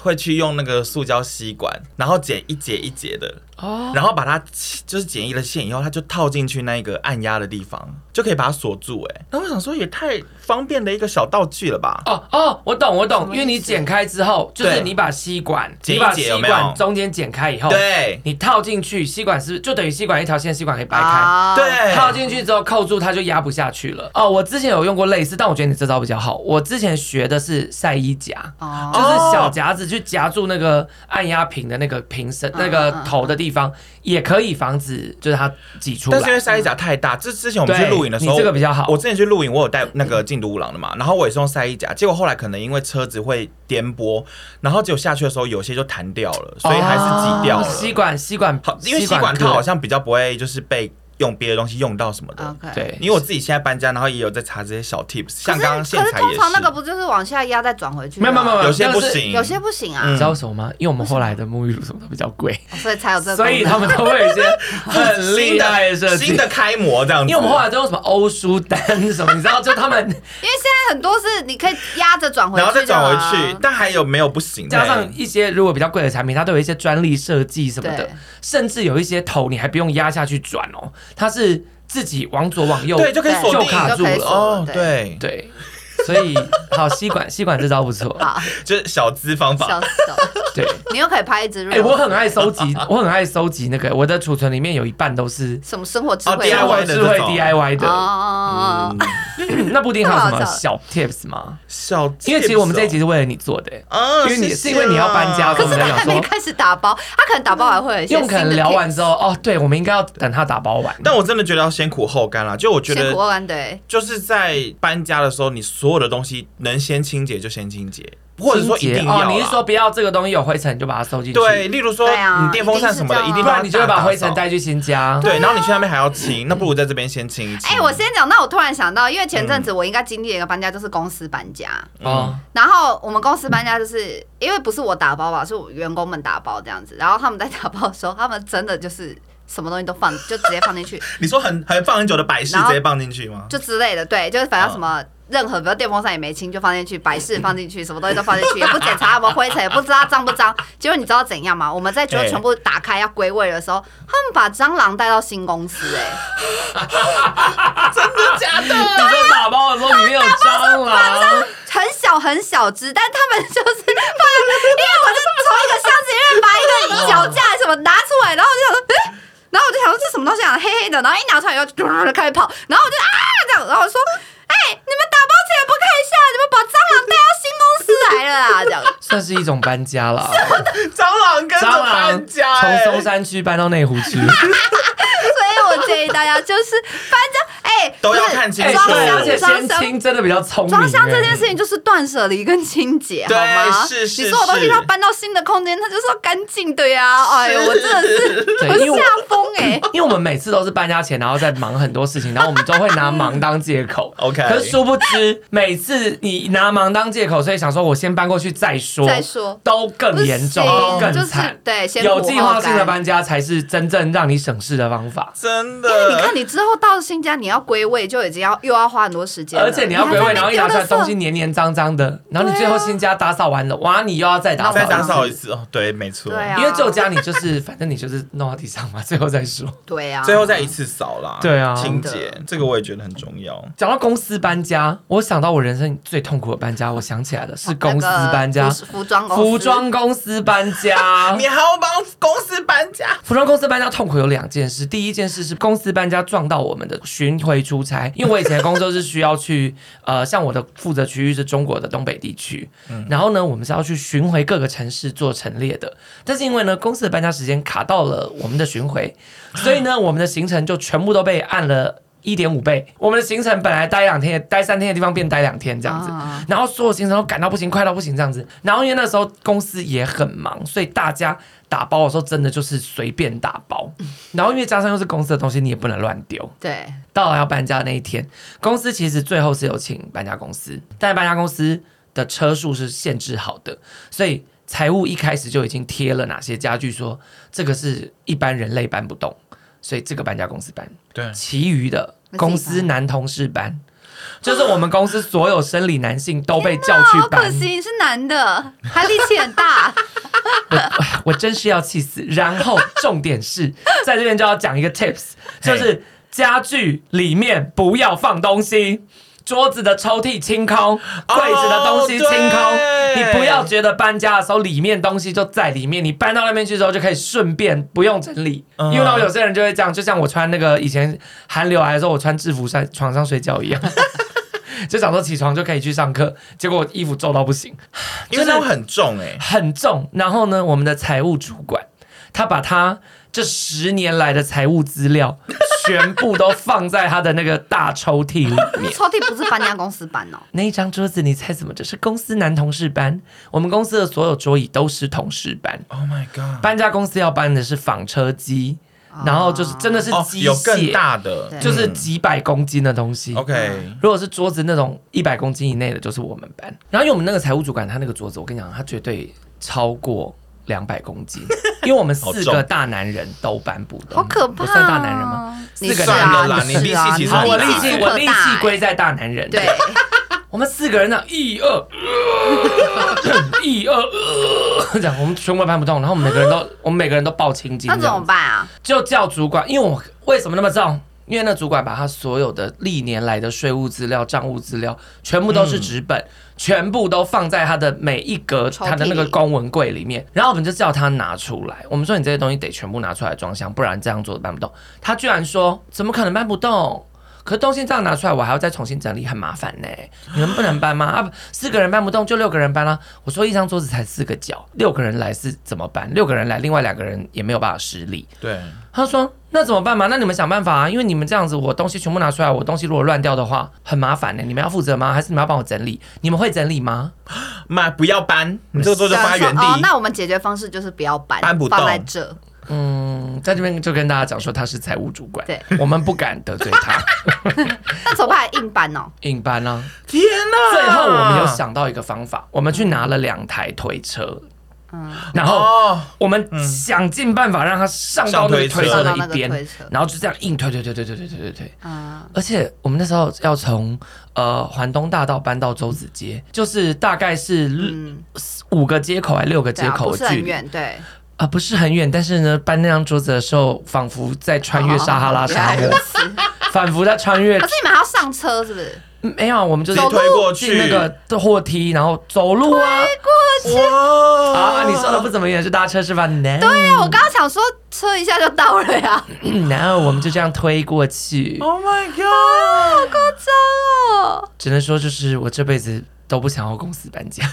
[SPEAKER 3] 会去用那个塑胶吸管，然后剪一节一节的，
[SPEAKER 2] 哦，
[SPEAKER 3] 然后把它切就是剪一了线以后，它就套进去那个按压的地方，就可以把它锁住、哎，那我想说也太方便的一个小道具了吧？
[SPEAKER 2] 哦哦，我懂我懂
[SPEAKER 1] 什，么意
[SPEAKER 2] 因
[SPEAKER 1] 思
[SPEAKER 2] 为你剪开之后，就是
[SPEAKER 3] 对
[SPEAKER 2] 你把吸管，
[SPEAKER 3] 剪
[SPEAKER 2] 你
[SPEAKER 3] 一
[SPEAKER 2] 把
[SPEAKER 3] 截
[SPEAKER 2] 吸
[SPEAKER 3] 有没有
[SPEAKER 2] 管中间剪开以后，
[SPEAKER 3] 对
[SPEAKER 2] 你套进去，吸管是不是就等于吸管一条线，吸管可以掰开。
[SPEAKER 1] 啊
[SPEAKER 3] 对，
[SPEAKER 2] 套进去之后扣住它就压不下去了。哦，我之前有用过类似，但我觉得你这招比较好。我之前学的是晒衣夹，
[SPEAKER 1] 哦
[SPEAKER 2] 就是小夹子去夹住那个按压瓶的那个瓶身、
[SPEAKER 1] 嗯
[SPEAKER 2] 那个头的地方，也可以防止就是它挤出来
[SPEAKER 3] 但是。因为晒衣夹太大，这之前我
[SPEAKER 2] 嗯
[SPEAKER 3] 们
[SPEAKER 2] 对
[SPEAKER 3] 去露营的时候，
[SPEAKER 2] 你这个比较好
[SPEAKER 3] 我之前去露营，我有带那个禁毒五郎的嘛，然后我也是用晒衣
[SPEAKER 2] 嗯
[SPEAKER 3] 夹，结果后来可能因为车子会颠簸，然后结果下去的时候有些就弹掉了，所以还是挤掉
[SPEAKER 2] 哦
[SPEAKER 3] 了。
[SPEAKER 2] 吸管，吸管
[SPEAKER 3] 好，，因为吸管套好像比较不会就是被用别的东西用到什么的。
[SPEAKER 1] ，OK。
[SPEAKER 2] 对，
[SPEAKER 3] 因为我自己现在搬家，然后也有在查这些小 tips，
[SPEAKER 1] 可是
[SPEAKER 3] 像刚刚
[SPEAKER 1] 可
[SPEAKER 3] 线
[SPEAKER 1] 是
[SPEAKER 3] 材也
[SPEAKER 1] 通
[SPEAKER 3] 是，
[SPEAKER 1] 常那个不就是往下压再转回去？
[SPEAKER 2] 没有没有没有，没，
[SPEAKER 3] 有些
[SPEAKER 2] 那
[SPEAKER 3] 不
[SPEAKER 2] 个是
[SPEAKER 3] 行，
[SPEAKER 1] 有些不行啊
[SPEAKER 2] 你
[SPEAKER 3] 嗯，
[SPEAKER 2] 知道为什么吗？因为我们后来的沐浴乳什么都比较 贵，
[SPEAKER 1] 所以才有这个功
[SPEAKER 2] 所
[SPEAKER 1] 能。
[SPEAKER 2] 以他们都会有一 些很
[SPEAKER 3] 新
[SPEAKER 2] 厉害的设
[SPEAKER 3] 的
[SPEAKER 2] 计
[SPEAKER 3] 新。的开模这样子。
[SPEAKER 2] 因为我们后来都用什么欧舒丹什么，你知道，就 他们
[SPEAKER 1] 因为现在很多是你可以压着转回去，
[SPEAKER 3] 然后再转回去，。但还有没有不行的？
[SPEAKER 2] 啊加上一些如果比较贵的产品，它都有一些专利设计什么的
[SPEAKER 1] 对，
[SPEAKER 2] 甚至有一些头你还不用压下去转哦，它是自己往左往右，
[SPEAKER 3] 对就可以锁
[SPEAKER 2] 就
[SPEAKER 3] 定
[SPEAKER 2] 卡住
[SPEAKER 1] 就可以
[SPEAKER 2] 了。
[SPEAKER 1] 锁
[SPEAKER 3] 哦，
[SPEAKER 1] 对
[SPEAKER 3] 对，
[SPEAKER 2] 对，所以好吸管吸管这招不错。
[SPEAKER 1] 好，
[SPEAKER 3] 就是小资方法。
[SPEAKER 1] 笑死了！
[SPEAKER 2] 对，
[SPEAKER 1] 你又可以拍一支
[SPEAKER 2] 哎、
[SPEAKER 1] 肉，
[SPEAKER 2] 我很爱收集，我很爱收集那个，我的储存里面有一半都是
[SPEAKER 1] 什么生活智
[SPEAKER 3] 哦
[SPEAKER 1] 慧啊
[SPEAKER 2] 生活
[SPEAKER 3] DIY 的
[SPEAKER 2] 智慧
[SPEAKER 3] 这种
[SPEAKER 2] DIY 的。
[SPEAKER 1] 哦，
[SPEAKER 2] 那布丁还有什
[SPEAKER 1] 这
[SPEAKER 2] 么
[SPEAKER 1] 么好
[SPEAKER 2] 小 tips 吗？
[SPEAKER 3] 小，
[SPEAKER 2] 因为其实我们这一
[SPEAKER 3] 哦
[SPEAKER 2] 集，是为了你做的、欸
[SPEAKER 3] 啊
[SPEAKER 2] 因为你
[SPEAKER 3] 谢
[SPEAKER 2] 是
[SPEAKER 3] 谢
[SPEAKER 2] 因为你要搬家
[SPEAKER 3] 啦
[SPEAKER 1] 可是
[SPEAKER 2] 我们
[SPEAKER 1] 他还没开始打包，他可能打包完会有一些
[SPEAKER 2] 因为我们可能聊完之
[SPEAKER 1] 后，
[SPEAKER 2] 后，哦，对，我们应该要等他打包完。
[SPEAKER 3] 但我真的觉得要先苦后甘啦。就我觉
[SPEAKER 1] 先苦
[SPEAKER 3] 得，
[SPEAKER 1] 后甘对，
[SPEAKER 3] 就是在搬家的时候，你所有的东西能先清洁就先清洁，或者说一
[SPEAKER 2] 清洁
[SPEAKER 3] 定要啦。
[SPEAKER 2] 哦，你是说不要这个东西有灰尘你就把它收进去，
[SPEAKER 3] 对，，例如说
[SPEAKER 1] 对啊
[SPEAKER 3] 你电风扇什么的，
[SPEAKER 1] 一定是
[SPEAKER 3] 一
[SPEAKER 1] 这样
[SPEAKER 3] 定
[SPEAKER 1] 啊
[SPEAKER 2] 不然你就会把灰尘
[SPEAKER 3] 带。
[SPEAKER 2] 带去新家。
[SPEAKER 3] 对，然后你去那边还要清，那不如在这边先清一清。
[SPEAKER 1] 哎，我先讲，那我突然想到，因为前阵子我应该经历了一个搬家，就是公司搬家，
[SPEAKER 2] 哦，
[SPEAKER 1] 然后我们公司搬家，就是因为不是我打包吧，是我员工们打包这样子。然后他们在打包的时候，他们真的就是什么东西都放，就直接放进去，
[SPEAKER 3] 你说很很放很久的摆饰
[SPEAKER 1] 然
[SPEAKER 3] 直
[SPEAKER 1] 后
[SPEAKER 3] 接放进去吗？
[SPEAKER 1] 就之类的。对，就是反正什么。任何，比如电风扇也没清，就放进去，摆饰放进去，什么东西都放进去，也不检查有没有灰尘，也不知道脏不脏。结果你知道怎样吗？我们在就
[SPEAKER 3] 哎
[SPEAKER 1] 全部打开要归位的时候，他们把蟑螂带到新公司、哎，
[SPEAKER 3] 啊
[SPEAKER 2] 假的！你
[SPEAKER 3] 嗯
[SPEAKER 2] 说打包的时候里面有 蟑螂，
[SPEAKER 1] 很小很小只，但他们就是把，因为我就从一个箱子里面把一个脚架什么拿出来，然后我就想说，诶然后我就想说这什么东西啊，黑黑的，然后一拿出来以后就开始跑，然后我就啊这样，然后我说，哎、你们打包前不看一下，你们把蟑螂带到新公司来了啊，这样。
[SPEAKER 2] 算是一种搬家啦。
[SPEAKER 3] 蟑螂跟
[SPEAKER 2] 蟑螂
[SPEAKER 3] 搬家、哎
[SPEAKER 2] 从松山区搬到内湖 区，
[SPEAKER 1] 所以我建议大家就是，反正哎、
[SPEAKER 3] 都要
[SPEAKER 1] 不是
[SPEAKER 3] 看清
[SPEAKER 2] 哎
[SPEAKER 3] 楚
[SPEAKER 1] 装
[SPEAKER 2] 对，而且
[SPEAKER 1] 箱装
[SPEAKER 2] 先
[SPEAKER 1] 箱
[SPEAKER 2] 清真的比较聪明。
[SPEAKER 1] 装箱这件
[SPEAKER 2] 哎
[SPEAKER 1] 事情就是断舍离跟清洁，好
[SPEAKER 3] 对
[SPEAKER 1] 吗？
[SPEAKER 3] 是是
[SPEAKER 1] 你所有东西
[SPEAKER 3] 是
[SPEAKER 1] 它搬到新的空间，它就是要干净的呀。哎呦，我真的是啊
[SPEAKER 2] 对
[SPEAKER 1] 我
[SPEAKER 2] 因为我
[SPEAKER 1] 吓疯哎！
[SPEAKER 2] 因为我们每次都是搬家前，然后在忙很多事情，然后我们都会拿忙当借口。
[SPEAKER 3] OK
[SPEAKER 2] 可是殊不知，每次你拿忙当借口，所以想说我先搬过去再说，
[SPEAKER 1] 再说
[SPEAKER 2] 都更严重，都
[SPEAKER 1] 不行
[SPEAKER 2] 更
[SPEAKER 1] 就是
[SPEAKER 2] 惨。
[SPEAKER 1] 对，先
[SPEAKER 2] 有
[SPEAKER 1] 苦
[SPEAKER 2] 计
[SPEAKER 1] 后
[SPEAKER 2] 划性的
[SPEAKER 1] 甘。
[SPEAKER 2] 搬家才是真正让你省事的方法。
[SPEAKER 3] 真
[SPEAKER 1] 因哎为你
[SPEAKER 3] 的
[SPEAKER 1] 看，。你之后到新家，你要归位就已经要又要花很多时间了，
[SPEAKER 2] 而且你要归位，然后一拿出来东西
[SPEAKER 1] 你
[SPEAKER 2] 黏黏脏脏的，然后你最后新家打扫完了，哇，你又要再打
[SPEAKER 1] 再
[SPEAKER 2] 扫，
[SPEAKER 3] 再打扫一。次哦，对，没错，
[SPEAKER 1] 对啊
[SPEAKER 2] 因为旧家你就是，反正你就是弄到地上 嘛，最后再说。
[SPEAKER 1] 还在那边对啊，
[SPEAKER 3] 最后再一次扫啦，
[SPEAKER 2] 对啊
[SPEAKER 3] 清
[SPEAKER 1] 真
[SPEAKER 3] 洁
[SPEAKER 1] 的
[SPEAKER 3] 这个我也觉得很重要。。
[SPEAKER 2] 讲到公司搬家，我想到我人生最痛苦的搬家，我想起来了，是公司搬家
[SPEAKER 1] 那个，服服装公司
[SPEAKER 2] 服装公司搬家
[SPEAKER 3] 你还要帮公司搬家，
[SPEAKER 2] 服装公司搬家痛苦有两件事，第一件事是公司搬家撞到我们的巡回出差，因为我以前的工作是需要去呃，像我的负责区域是中国的东北地区，然后呢，我们是要去巡回各个城市做陈列的，但是因为呢，公司的搬家时间卡到了我们的巡回， 所以呢，我们的行程就全部都被按了。一点五倍，我们的行程本来待两天、待三天的地方变待两天这样子，
[SPEAKER 1] 啊
[SPEAKER 2] 然后所有行程都赶到不行，快到不行这样子。然后因为那时候公司也很忙，所以大家打包的时候真的就是随便打包。然后因为加上又是公司的东西，你也不能乱丢。
[SPEAKER 1] 对
[SPEAKER 2] 到了要搬家的那一天，公司其实最后是有请搬家公司，但搬家公司的车数是限制好的，所以财务一开始就已经贴了哪些家具说，这个是一般人类搬不动，所以这个搬家公司搬，
[SPEAKER 3] 对
[SPEAKER 2] 其余的公司男同事搬。就是我们公司所有生理男性都被叫去
[SPEAKER 1] 哦好可
[SPEAKER 2] 搬，
[SPEAKER 1] 惜你是男的，还力气很 大。
[SPEAKER 2] 我真是要气死。然后重点 是，在这边就要讲一个 tips，就是家具里面不要放东西。桌子的抽屉清空，柜子的东西清空。你
[SPEAKER 3] 哦对
[SPEAKER 2] 不要觉得搬家的时候里面东西就在里面，你搬到那边去之后就可以顺便不用整理。
[SPEAKER 3] 嗯
[SPEAKER 2] 因为我有些人就会这样，就像我穿那个以前寒流来的时候，我穿制服在床上睡觉一 样，就想说起床就可以去上课，结果我衣服皱到不行。
[SPEAKER 3] 因为那种很重哎、
[SPEAKER 2] 很重。然后呢，我们的财务主管他把他这十年来的财务资料全部都放在他的那个大抽屉里面。
[SPEAKER 1] 抽屉不是搬家公司搬哦，
[SPEAKER 2] 那一张桌子，你猜怎么着？是公司男同事搬。我们公司的所有桌椅都是同事搬。
[SPEAKER 3] Oh my god！
[SPEAKER 2] 搬家公司要搬的是纺车机，然后就是真的是
[SPEAKER 3] 哦，
[SPEAKER 2] 机
[SPEAKER 3] 有更
[SPEAKER 2] 械，
[SPEAKER 3] 大的，
[SPEAKER 1] 对嗯
[SPEAKER 2] 就是
[SPEAKER 3] 嗯
[SPEAKER 2] 几百公斤的东西。
[SPEAKER 3] OK，
[SPEAKER 2] 如果是桌子那种一百公斤以内的，就是我们搬。然后因为我们那个财务主管，他那个桌子，我跟你讲，他绝对超过两百公斤，因为我们四
[SPEAKER 3] 好
[SPEAKER 2] 个
[SPEAKER 3] 重
[SPEAKER 2] 大男人都搬嗯不动。
[SPEAKER 1] 好可怕、
[SPEAKER 2] 我
[SPEAKER 1] 哦！
[SPEAKER 2] 算大男人吗？
[SPEAKER 1] 你
[SPEAKER 2] 四
[SPEAKER 1] 是
[SPEAKER 2] 个男
[SPEAKER 1] 啊，
[SPEAKER 3] 人啦
[SPEAKER 1] 你
[SPEAKER 3] 你
[SPEAKER 1] 是
[SPEAKER 3] 力气
[SPEAKER 1] 啊
[SPEAKER 3] 其实
[SPEAKER 1] 你
[SPEAKER 2] 好，
[SPEAKER 3] 很
[SPEAKER 2] 我
[SPEAKER 1] 力
[SPEAKER 2] 力
[SPEAKER 1] 气
[SPEAKER 2] 气
[SPEAKER 1] 很
[SPEAKER 2] 我力
[SPEAKER 1] 大
[SPEAKER 2] 气
[SPEAKER 1] 欸
[SPEAKER 2] 归在大男人。
[SPEAKER 1] 对，
[SPEAKER 2] 我们四个人呢，一二，呃一二，呃这样我们全部搬不动，然后我们每个人都，我们每个人都抱青筋
[SPEAKER 1] 那
[SPEAKER 2] 这
[SPEAKER 1] 怎
[SPEAKER 2] 样
[SPEAKER 1] 么
[SPEAKER 2] 子，
[SPEAKER 1] 办啊？
[SPEAKER 2] 就叫主管，因为我为什么那么重？因为那主管把他所有的历年来的税务资料、账务资料，全部都是纸本，全部都放在他的每一格
[SPEAKER 1] 嗯抽屉
[SPEAKER 2] 他的那个公文柜里面。然后我们就叫他拿出来，我们说你这些东西得全部拿出来装箱，不然这样做搬不动。他居然说怎么可能搬不动？可是东西这样拿出来，我还要再重新整理，很麻烦呢、你们不能搬吗？啊，不四个人搬不动，就六个人搬啦、我说一张桌子才四个角，六个人来是怎么搬？六个人来，另外两个人也没有办法施力。
[SPEAKER 3] 对，
[SPEAKER 2] 他说：“那怎么办嘛？那你们想办法啊！因为你们这样子，我东西全部拿出来，我东西如果乱掉的话，很麻烦呢、你们要负责吗？还是你们要帮我整理？你们会整理吗？
[SPEAKER 3] 妈不要搬，你这个桌子
[SPEAKER 1] 对啊
[SPEAKER 3] 放在原
[SPEAKER 1] 说哦，
[SPEAKER 3] 地。
[SPEAKER 1] 那我们解决方式就是不要搬，
[SPEAKER 3] 搬不
[SPEAKER 1] 放在
[SPEAKER 3] 动
[SPEAKER 1] 这。
[SPEAKER 2] 嗯，在这边就跟大家讲说，他是财务主管，
[SPEAKER 1] 对，
[SPEAKER 2] 我们不敢得罪 他，
[SPEAKER 1] 那怎么办？硬搬哦，
[SPEAKER 2] 硬搬啊。
[SPEAKER 3] 天哪！
[SPEAKER 2] 最后我们有想到一个方法，我们去拿了两台推车，
[SPEAKER 1] 嗯，
[SPEAKER 2] 然后
[SPEAKER 3] 哦，
[SPEAKER 2] 我们想尽办法让他嗯上到那个推车的
[SPEAKER 3] 上
[SPEAKER 1] 到那
[SPEAKER 2] 一
[SPEAKER 1] 个
[SPEAKER 2] 边
[SPEAKER 1] 推车，
[SPEAKER 2] 然后就这样硬推推推推推推推推推。”
[SPEAKER 1] 嗯，
[SPEAKER 2] 而且我们那时候要从呃环东大道搬到周子街，就是大概是
[SPEAKER 1] 嗯
[SPEAKER 2] 五个街口还六个
[SPEAKER 1] 对
[SPEAKER 2] 街
[SPEAKER 1] 啊，
[SPEAKER 2] 口
[SPEAKER 1] 不是
[SPEAKER 2] 的距
[SPEAKER 1] 很
[SPEAKER 2] 离啊、
[SPEAKER 1] 远，对，
[SPEAKER 2] 不是很远。但是呢，搬那张桌子的时候，仿佛在穿越撒哈拉沙
[SPEAKER 1] 哦原来，
[SPEAKER 2] 漠
[SPEAKER 1] 如此
[SPEAKER 2] 仿佛在穿 越
[SPEAKER 1] 可。是你们还要上车是不是？
[SPEAKER 2] 没有，我们就是
[SPEAKER 3] 直接推过去
[SPEAKER 2] 进那个货梯，然后走路啊
[SPEAKER 3] 哇
[SPEAKER 2] 啊！你说的不怎么远，是搭车是吧？对
[SPEAKER 1] 对啊，我刚刚想说车一下就到了呀，
[SPEAKER 2] 然后我们就这样推过去，
[SPEAKER 3] ，Oh my god！
[SPEAKER 1] 夸张哦。
[SPEAKER 2] 只能说就是我这辈子都不想要公司搬家。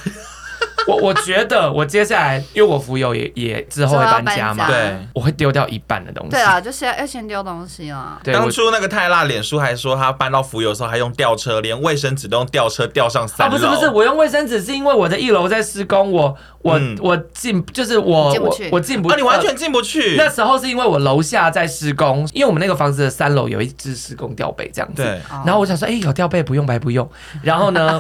[SPEAKER 2] 我我觉得我接下来，因为我浮游也也之后会搬家嘛，
[SPEAKER 1] 之后要搬家
[SPEAKER 3] 对，
[SPEAKER 2] 我会丢掉一半的东西。
[SPEAKER 1] 对啊，就是要要先丢东西啊啦。
[SPEAKER 2] 对，
[SPEAKER 3] 当
[SPEAKER 2] 我
[SPEAKER 3] 初那个泰辣脸书还说他搬到浮游的时候还用吊车，连卫生纸都用吊车吊上
[SPEAKER 2] 啊
[SPEAKER 3] 三楼。
[SPEAKER 2] 不是不是，我用卫生纸是因为我在一楼在施工，我我、
[SPEAKER 3] 嗯
[SPEAKER 2] 我进就是我
[SPEAKER 1] 进不
[SPEAKER 2] 我
[SPEAKER 1] 去
[SPEAKER 2] 我进不
[SPEAKER 3] 啊，你完
[SPEAKER 2] 呃
[SPEAKER 3] 全进不去。
[SPEAKER 2] 那时候是因为我楼下在施工，因为我们那个房子的三楼有一只施工吊背这样子。
[SPEAKER 3] 对
[SPEAKER 1] 哦
[SPEAKER 2] 然后我想说，哎、有吊背不用白不用。然后 呢，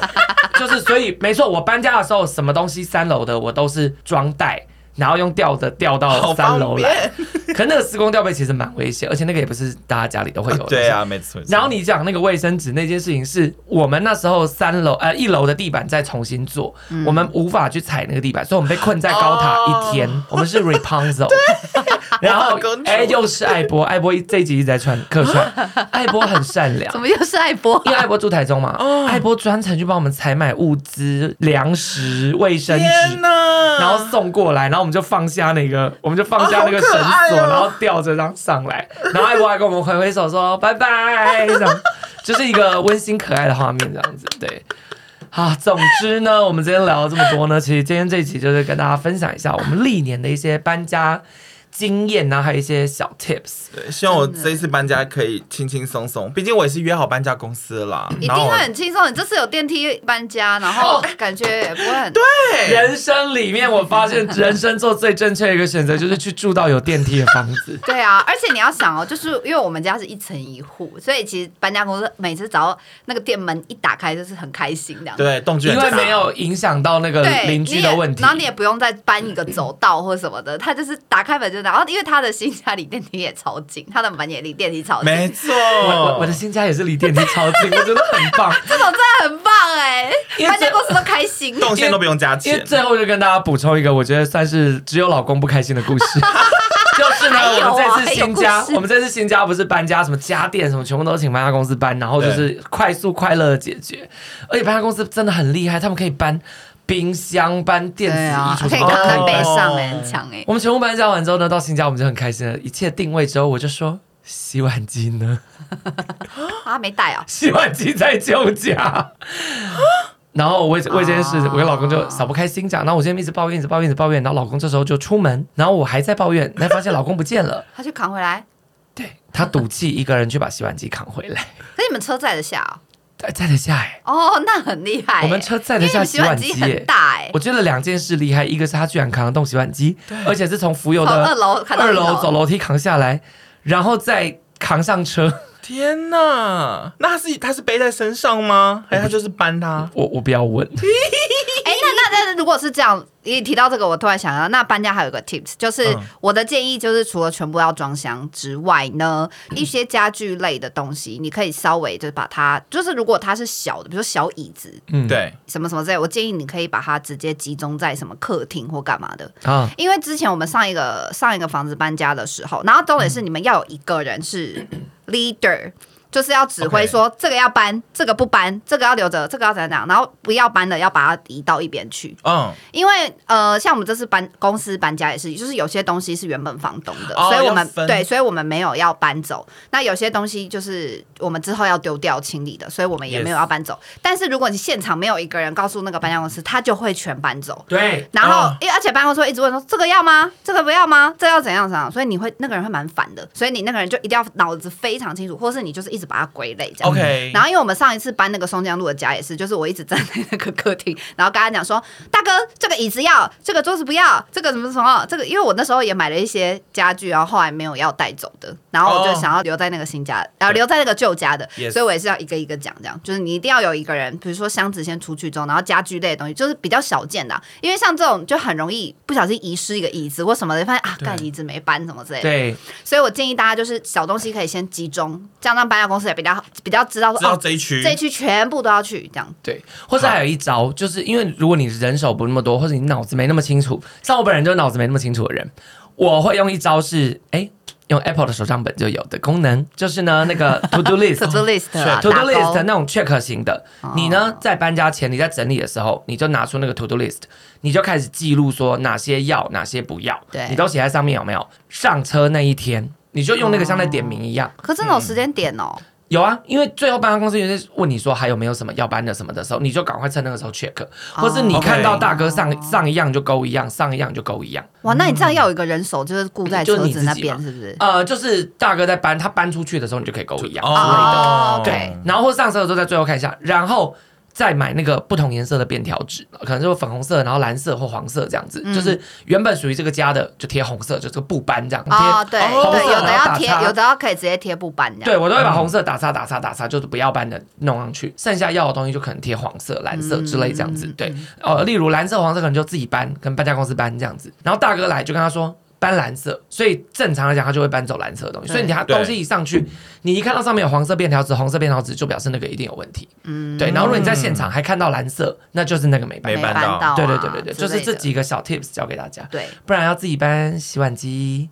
[SPEAKER 2] 就是所以没错，我搬家的时候，什么东西三楼的我都是装袋，然后用吊的吊到
[SPEAKER 3] 好
[SPEAKER 2] 三
[SPEAKER 3] 方
[SPEAKER 2] 楼来。可那个施工吊背其实蛮危险，而且那个也不是大家家里都会有的。
[SPEAKER 3] 对。啊，没错。没错
[SPEAKER 2] 然后你讲那个卫生纸那件事情，是我们那时候三楼呃一楼的地板在重新做，我们无法去踩那个地板，所以我们被困在高塔一天，我们是 Rapunzel。然后
[SPEAKER 3] 魔法公主
[SPEAKER 2] 哎、又是艾波，艾波一这一集一直在串客串，艾波很善良
[SPEAKER 1] 怎。么又是爱播？啊
[SPEAKER 2] 因为艾波住台中嘛，艾波专程去帮我们采买物资、粮食、卫生
[SPEAKER 3] 天
[SPEAKER 2] 纸，
[SPEAKER 3] 哪！
[SPEAKER 2] 然后送过来，然后我们就放下那个，我们就放下那个绳
[SPEAKER 3] 啊好可爱
[SPEAKER 2] 索，
[SPEAKER 3] 哦
[SPEAKER 2] 然后吊着这样上来，然后艾波还跟我们挥挥手说拜拜，这样就是一个温馨可爱的画面，这样子对。好，总之呢，我们今天聊了这么多呢，其实今天这一集就是跟大家分享一下我们历年的一些搬家经验啊，还有一些小 tips。
[SPEAKER 3] 对希望我这一次搬家可以轻轻松松，毕竟我也是约好搬家公司了啦。
[SPEAKER 1] 一定
[SPEAKER 3] 然后
[SPEAKER 1] 会很轻松。你这次有电梯搬家，然后
[SPEAKER 2] 哦
[SPEAKER 1] 感觉也不会 很对，。
[SPEAKER 2] 人生里面，我发现人生做最正确的一个选择就是去住到有电梯的房子
[SPEAKER 1] 对啊。而且你要想哦，就是因为我们家是一层一户，所以其实搬家公司每次只要那个店门一打开，就是很开心这样。
[SPEAKER 3] 对动距
[SPEAKER 2] 因
[SPEAKER 3] 很
[SPEAKER 2] 为
[SPEAKER 3] 大
[SPEAKER 2] 没有影响到那个
[SPEAKER 1] 对，
[SPEAKER 2] 邻居的问
[SPEAKER 1] 你也
[SPEAKER 2] 题
[SPEAKER 1] 然，后你也不用再搬一个走道或什么的，他就是打开门就然后因为他的新家离电梯也超近，他的门也离电梯超近，
[SPEAKER 3] 没错，
[SPEAKER 2] 我我我的新家也是离电梯超近，我觉得很棒。
[SPEAKER 1] 这种真的很棒哎、
[SPEAKER 2] 因为
[SPEAKER 1] 搬家
[SPEAKER 2] 这
[SPEAKER 1] 公司都开心。
[SPEAKER 3] 动线都不用加
[SPEAKER 2] 因为
[SPEAKER 3] 钱。
[SPEAKER 2] 最后就跟大家补充一个，我觉得算是只有老公不开心的故 事。就是呢，
[SPEAKER 1] 还有啊
[SPEAKER 2] 我们这次新
[SPEAKER 1] 还有
[SPEAKER 2] 家
[SPEAKER 1] 故，事
[SPEAKER 2] 我们这次新家不是搬家，什么家电什么全部都请搬家公司搬，然后就是快速快乐的解决。而且搬家公司真的很厉害，他们可以搬冰箱、搬电子
[SPEAKER 1] 对啊，
[SPEAKER 2] 衣橱
[SPEAKER 1] 可以
[SPEAKER 2] 什么都
[SPEAKER 1] 扛
[SPEAKER 2] 可以
[SPEAKER 1] 在
[SPEAKER 2] 搬
[SPEAKER 1] 背上
[SPEAKER 3] 哦
[SPEAKER 1] 哎、很强哎、
[SPEAKER 2] 我们全部搬家完之后呢，到新家我们就很开心了。一切定位之后，我就说洗碗机呢？
[SPEAKER 1] 啊没带哦、
[SPEAKER 2] 洗碗机在旧家。然后我为为这件事，
[SPEAKER 1] 啊
[SPEAKER 2] 我跟老公就少不开心讲。然后我今天一直抱怨，一直抱怨，一直抱怨。然后老公这时候就出门，然后我还在抱怨，才发现老公不见了。
[SPEAKER 1] 他去扛回来，
[SPEAKER 2] 对他赌气一个人去把洗碗机扛回来，
[SPEAKER 1] 可是你们车载得下哦、
[SPEAKER 2] 载载得下哎、
[SPEAKER 1] 哦，那很厉害、欸。
[SPEAKER 2] 我们车载得
[SPEAKER 1] 因为你
[SPEAKER 2] 下
[SPEAKER 1] 们洗碗
[SPEAKER 2] 机
[SPEAKER 1] 机
[SPEAKER 2] 耶、
[SPEAKER 1] 很大哎、
[SPEAKER 2] 我觉得两件事厉害，一个是他居然扛得动洗碗机，而且是从浮游
[SPEAKER 1] 从
[SPEAKER 2] 的
[SPEAKER 1] 二楼扛到
[SPEAKER 2] 二
[SPEAKER 1] 一
[SPEAKER 2] 楼
[SPEAKER 1] 楼
[SPEAKER 2] 走楼梯扛下来，然后再扛上车。
[SPEAKER 3] 天哪，那他是他是背在身上吗？还是他就是搬他？
[SPEAKER 2] 我我不要问，
[SPEAKER 1] 哎、那那那如果是这样，你提到这个，我突然想到，那搬家还有一个 tips，就是
[SPEAKER 3] 嗯
[SPEAKER 1] 我的建议就是，除了全部要装箱之外呢，一些家具类的东西，你可以稍微就是把它，就是如果它是小的，比如说小椅子
[SPEAKER 2] 嗯，
[SPEAKER 3] 对，
[SPEAKER 1] 什么什么之类，我建议你可以把它直接集中在什么客厅或干嘛的，
[SPEAKER 2] 啊，
[SPEAKER 1] 因为之前我们上一个上一个房子搬家的时候，然后重点是
[SPEAKER 3] 嗯
[SPEAKER 1] 你们要有一个人 是 leader。就是要指挥
[SPEAKER 3] OK
[SPEAKER 1] 说这个要搬，这个不搬，这个要留着，这个要怎样怎样，然后不要搬的要把它移到一边去。
[SPEAKER 3] 嗯，
[SPEAKER 1] 因为呃，像我们这次搬公司搬家也是，就是有些东西是原本房东的，
[SPEAKER 3] 哦
[SPEAKER 1] 所以我们
[SPEAKER 3] 要分
[SPEAKER 1] 对，所以我们没有要搬走。那有些东西就是我们之后要丢掉清理的，所以我们也
[SPEAKER 3] Yes
[SPEAKER 1] 没有要搬走。但是如果你现场没有一个人告诉那个搬家公司，他就会全搬走。
[SPEAKER 2] 对，
[SPEAKER 1] 然后
[SPEAKER 3] 哦，
[SPEAKER 1] 因为而且办公室会一直问说这个要吗？这个不要吗？这要怎样怎样？所以你会那个人会蛮烦的，所以你那个人就一定要脑子非常清楚，或是你就是一直把它归类这样。
[SPEAKER 3] OK
[SPEAKER 1] 然后因为我们上一次搬那个松江路的家也是，就是我一直站在那个客厅，然后跟他讲说，大哥，这个椅子要，这个桌子不要，这个什么什么，这个因为我那时候也买了一些家具，然后后来没有要带走的，然后我就
[SPEAKER 3] 哦
[SPEAKER 1] 想要留在那个新家，然后留在那个旧家的，
[SPEAKER 3] Yes
[SPEAKER 1] 所以我也是要一个一个讲，这样就是你一定要有一个人，比如说箱子先出去之后，然后家具类的东西就是比较少见的啊、因为像这种就很容易不小心遗失一个椅子或什么的，发现啊，干椅子没搬什么之类的，
[SPEAKER 2] 对，
[SPEAKER 1] 所以我建议大家就是小东西可以先集中，这样让搬家公司也比较比较知道说
[SPEAKER 3] 知道
[SPEAKER 1] 哦，
[SPEAKER 3] 这一区
[SPEAKER 1] 这一区全部都要去这样。
[SPEAKER 2] 对，或者还有一招，就是因为如果你人手不那么多，或者你脑子没那么清楚，像我本人就是脑子没那么清楚的人，我会用一招是，哎，用 Apple 的手账本就有的功能，就 是呢那个 To Do List
[SPEAKER 1] To。do list 啊，
[SPEAKER 2] To do
[SPEAKER 1] 打勾
[SPEAKER 2] list 那种 check 型的
[SPEAKER 1] 哦，
[SPEAKER 2] 你呢在搬家前你在整理的时候，你就拿出那个 to do list，你就开始记录说哪些要，哪些不要，
[SPEAKER 1] 对
[SPEAKER 2] 你都写在上面有没有？上车那一天，你就用那个像在点名一样，
[SPEAKER 1] 可是那种时间点哦，
[SPEAKER 2] 有啊，因为最后搬家公司有些问你说还有没有什么要搬的什么的时候，你就赶快趁那个时候
[SPEAKER 1] 哦
[SPEAKER 2] check，或是你看到大哥上、上一样就勾一样，上一样就勾一样。
[SPEAKER 1] 哇，那你这样要有一个人手，就是顾在
[SPEAKER 2] 就
[SPEAKER 1] 车
[SPEAKER 2] 你自
[SPEAKER 1] 子
[SPEAKER 2] 己
[SPEAKER 1] 那
[SPEAKER 2] 嘛
[SPEAKER 1] 嗯边，是不是？
[SPEAKER 2] 呃，就是大哥在搬，他搬出去的时候你就可以勾一样。
[SPEAKER 1] 哦
[SPEAKER 3] 之类
[SPEAKER 1] 对
[SPEAKER 3] 的，
[SPEAKER 2] 然后或上车的时候在最后看一下，然后再买那个不同颜色的便条纸，可能就是粉红色，然后蓝色或黄色这样
[SPEAKER 1] 嗯
[SPEAKER 2] 子，就是原本属于这个家的就贴红色，就是不搬这样贴。
[SPEAKER 1] 哦，对
[SPEAKER 3] 哦
[SPEAKER 1] 对，有的
[SPEAKER 2] 然后
[SPEAKER 1] 要
[SPEAKER 2] 打
[SPEAKER 1] 贴，
[SPEAKER 2] 叉
[SPEAKER 1] 有的要可以直接贴布板这样。
[SPEAKER 2] 对我都会把红色打叉打叉打叉，就是不要搬的弄上去，剩下要的东西就可能贴黄色、蓝色之类这样子。对，呃，例如蓝色、黄色可能就自己搬，跟搬家公司搬这样子。然后大哥来就跟他说。搬蓝色，所以正常来讲，他就会搬走蓝色的东西。所以你他
[SPEAKER 3] 对
[SPEAKER 2] 东西一上去，你一看到上面有黄色便条纸、红色便条纸，就表示那个一定有问题。嗯，对。然后如果你在现场还看到蓝色，那就是那个没搬。
[SPEAKER 1] 没
[SPEAKER 3] 没搬
[SPEAKER 1] 搬
[SPEAKER 3] 到
[SPEAKER 1] 到啊，
[SPEAKER 2] 对对对对对，
[SPEAKER 1] 之
[SPEAKER 2] 就是
[SPEAKER 1] 类
[SPEAKER 2] 这
[SPEAKER 1] 的
[SPEAKER 2] 几个小 tips 教给大家，
[SPEAKER 1] 对，
[SPEAKER 2] 不然要自己搬洗碗机。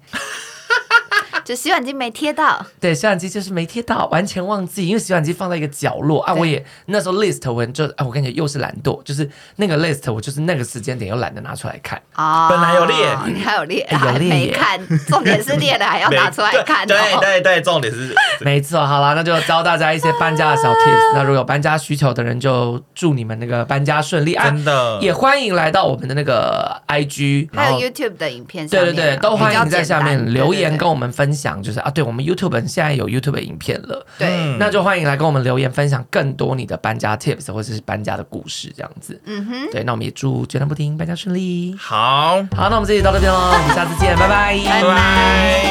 [SPEAKER 1] 就洗碗机没贴到，
[SPEAKER 2] 对，洗碗机就是没贴到，完全忘记，因为洗碗机放在一个角落啊。
[SPEAKER 1] 对
[SPEAKER 2] 我也那时候 list 文就啊，我跟你讲又是懒惰，就是那个 list 我就是那个时间点又懒得拿出来看。
[SPEAKER 1] 哦，
[SPEAKER 3] 本来有列
[SPEAKER 1] 你还有列，
[SPEAKER 2] 哎有
[SPEAKER 1] 还
[SPEAKER 2] 列
[SPEAKER 1] 没
[SPEAKER 2] 耶
[SPEAKER 1] 看，重点是列了 还要拿出来
[SPEAKER 3] 对
[SPEAKER 1] 看
[SPEAKER 3] 对对
[SPEAKER 1] 哦。
[SPEAKER 3] 对重点是
[SPEAKER 2] 没错，好啦，那就教大家一些搬家的
[SPEAKER 1] 啊
[SPEAKER 2] 小 tips。那如果有搬家需求的人，就祝你们那个搬家顺利啊！
[SPEAKER 3] 真的
[SPEAKER 2] 也欢迎来到我们的那个 IG，
[SPEAKER 1] 还
[SPEAKER 2] 然
[SPEAKER 1] 有
[SPEAKER 2] 后。
[SPEAKER 1] YouTube 的影片上
[SPEAKER 2] 对对
[SPEAKER 1] 面啊，
[SPEAKER 2] 对，都欢迎在下
[SPEAKER 1] 比较简
[SPEAKER 2] 面
[SPEAKER 1] 单
[SPEAKER 2] 留言跟
[SPEAKER 1] 对
[SPEAKER 2] 我们分享，就是啊，对我们 YouTube 现在有 YouTube 影片了，
[SPEAKER 1] 对对，
[SPEAKER 3] 嗯
[SPEAKER 2] 那就欢迎来跟我们留言分享更多你的搬家 tips 或者是搬家的故事这样子。
[SPEAKER 1] 嗯哼。
[SPEAKER 2] 对，那我们也祝决战不停搬家顺利。
[SPEAKER 3] 好，
[SPEAKER 2] 好，那我们这集到这边喽，我们下次见，拜拜。
[SPEAKER 1] 拜
[SPEAKER 3] 拜拜。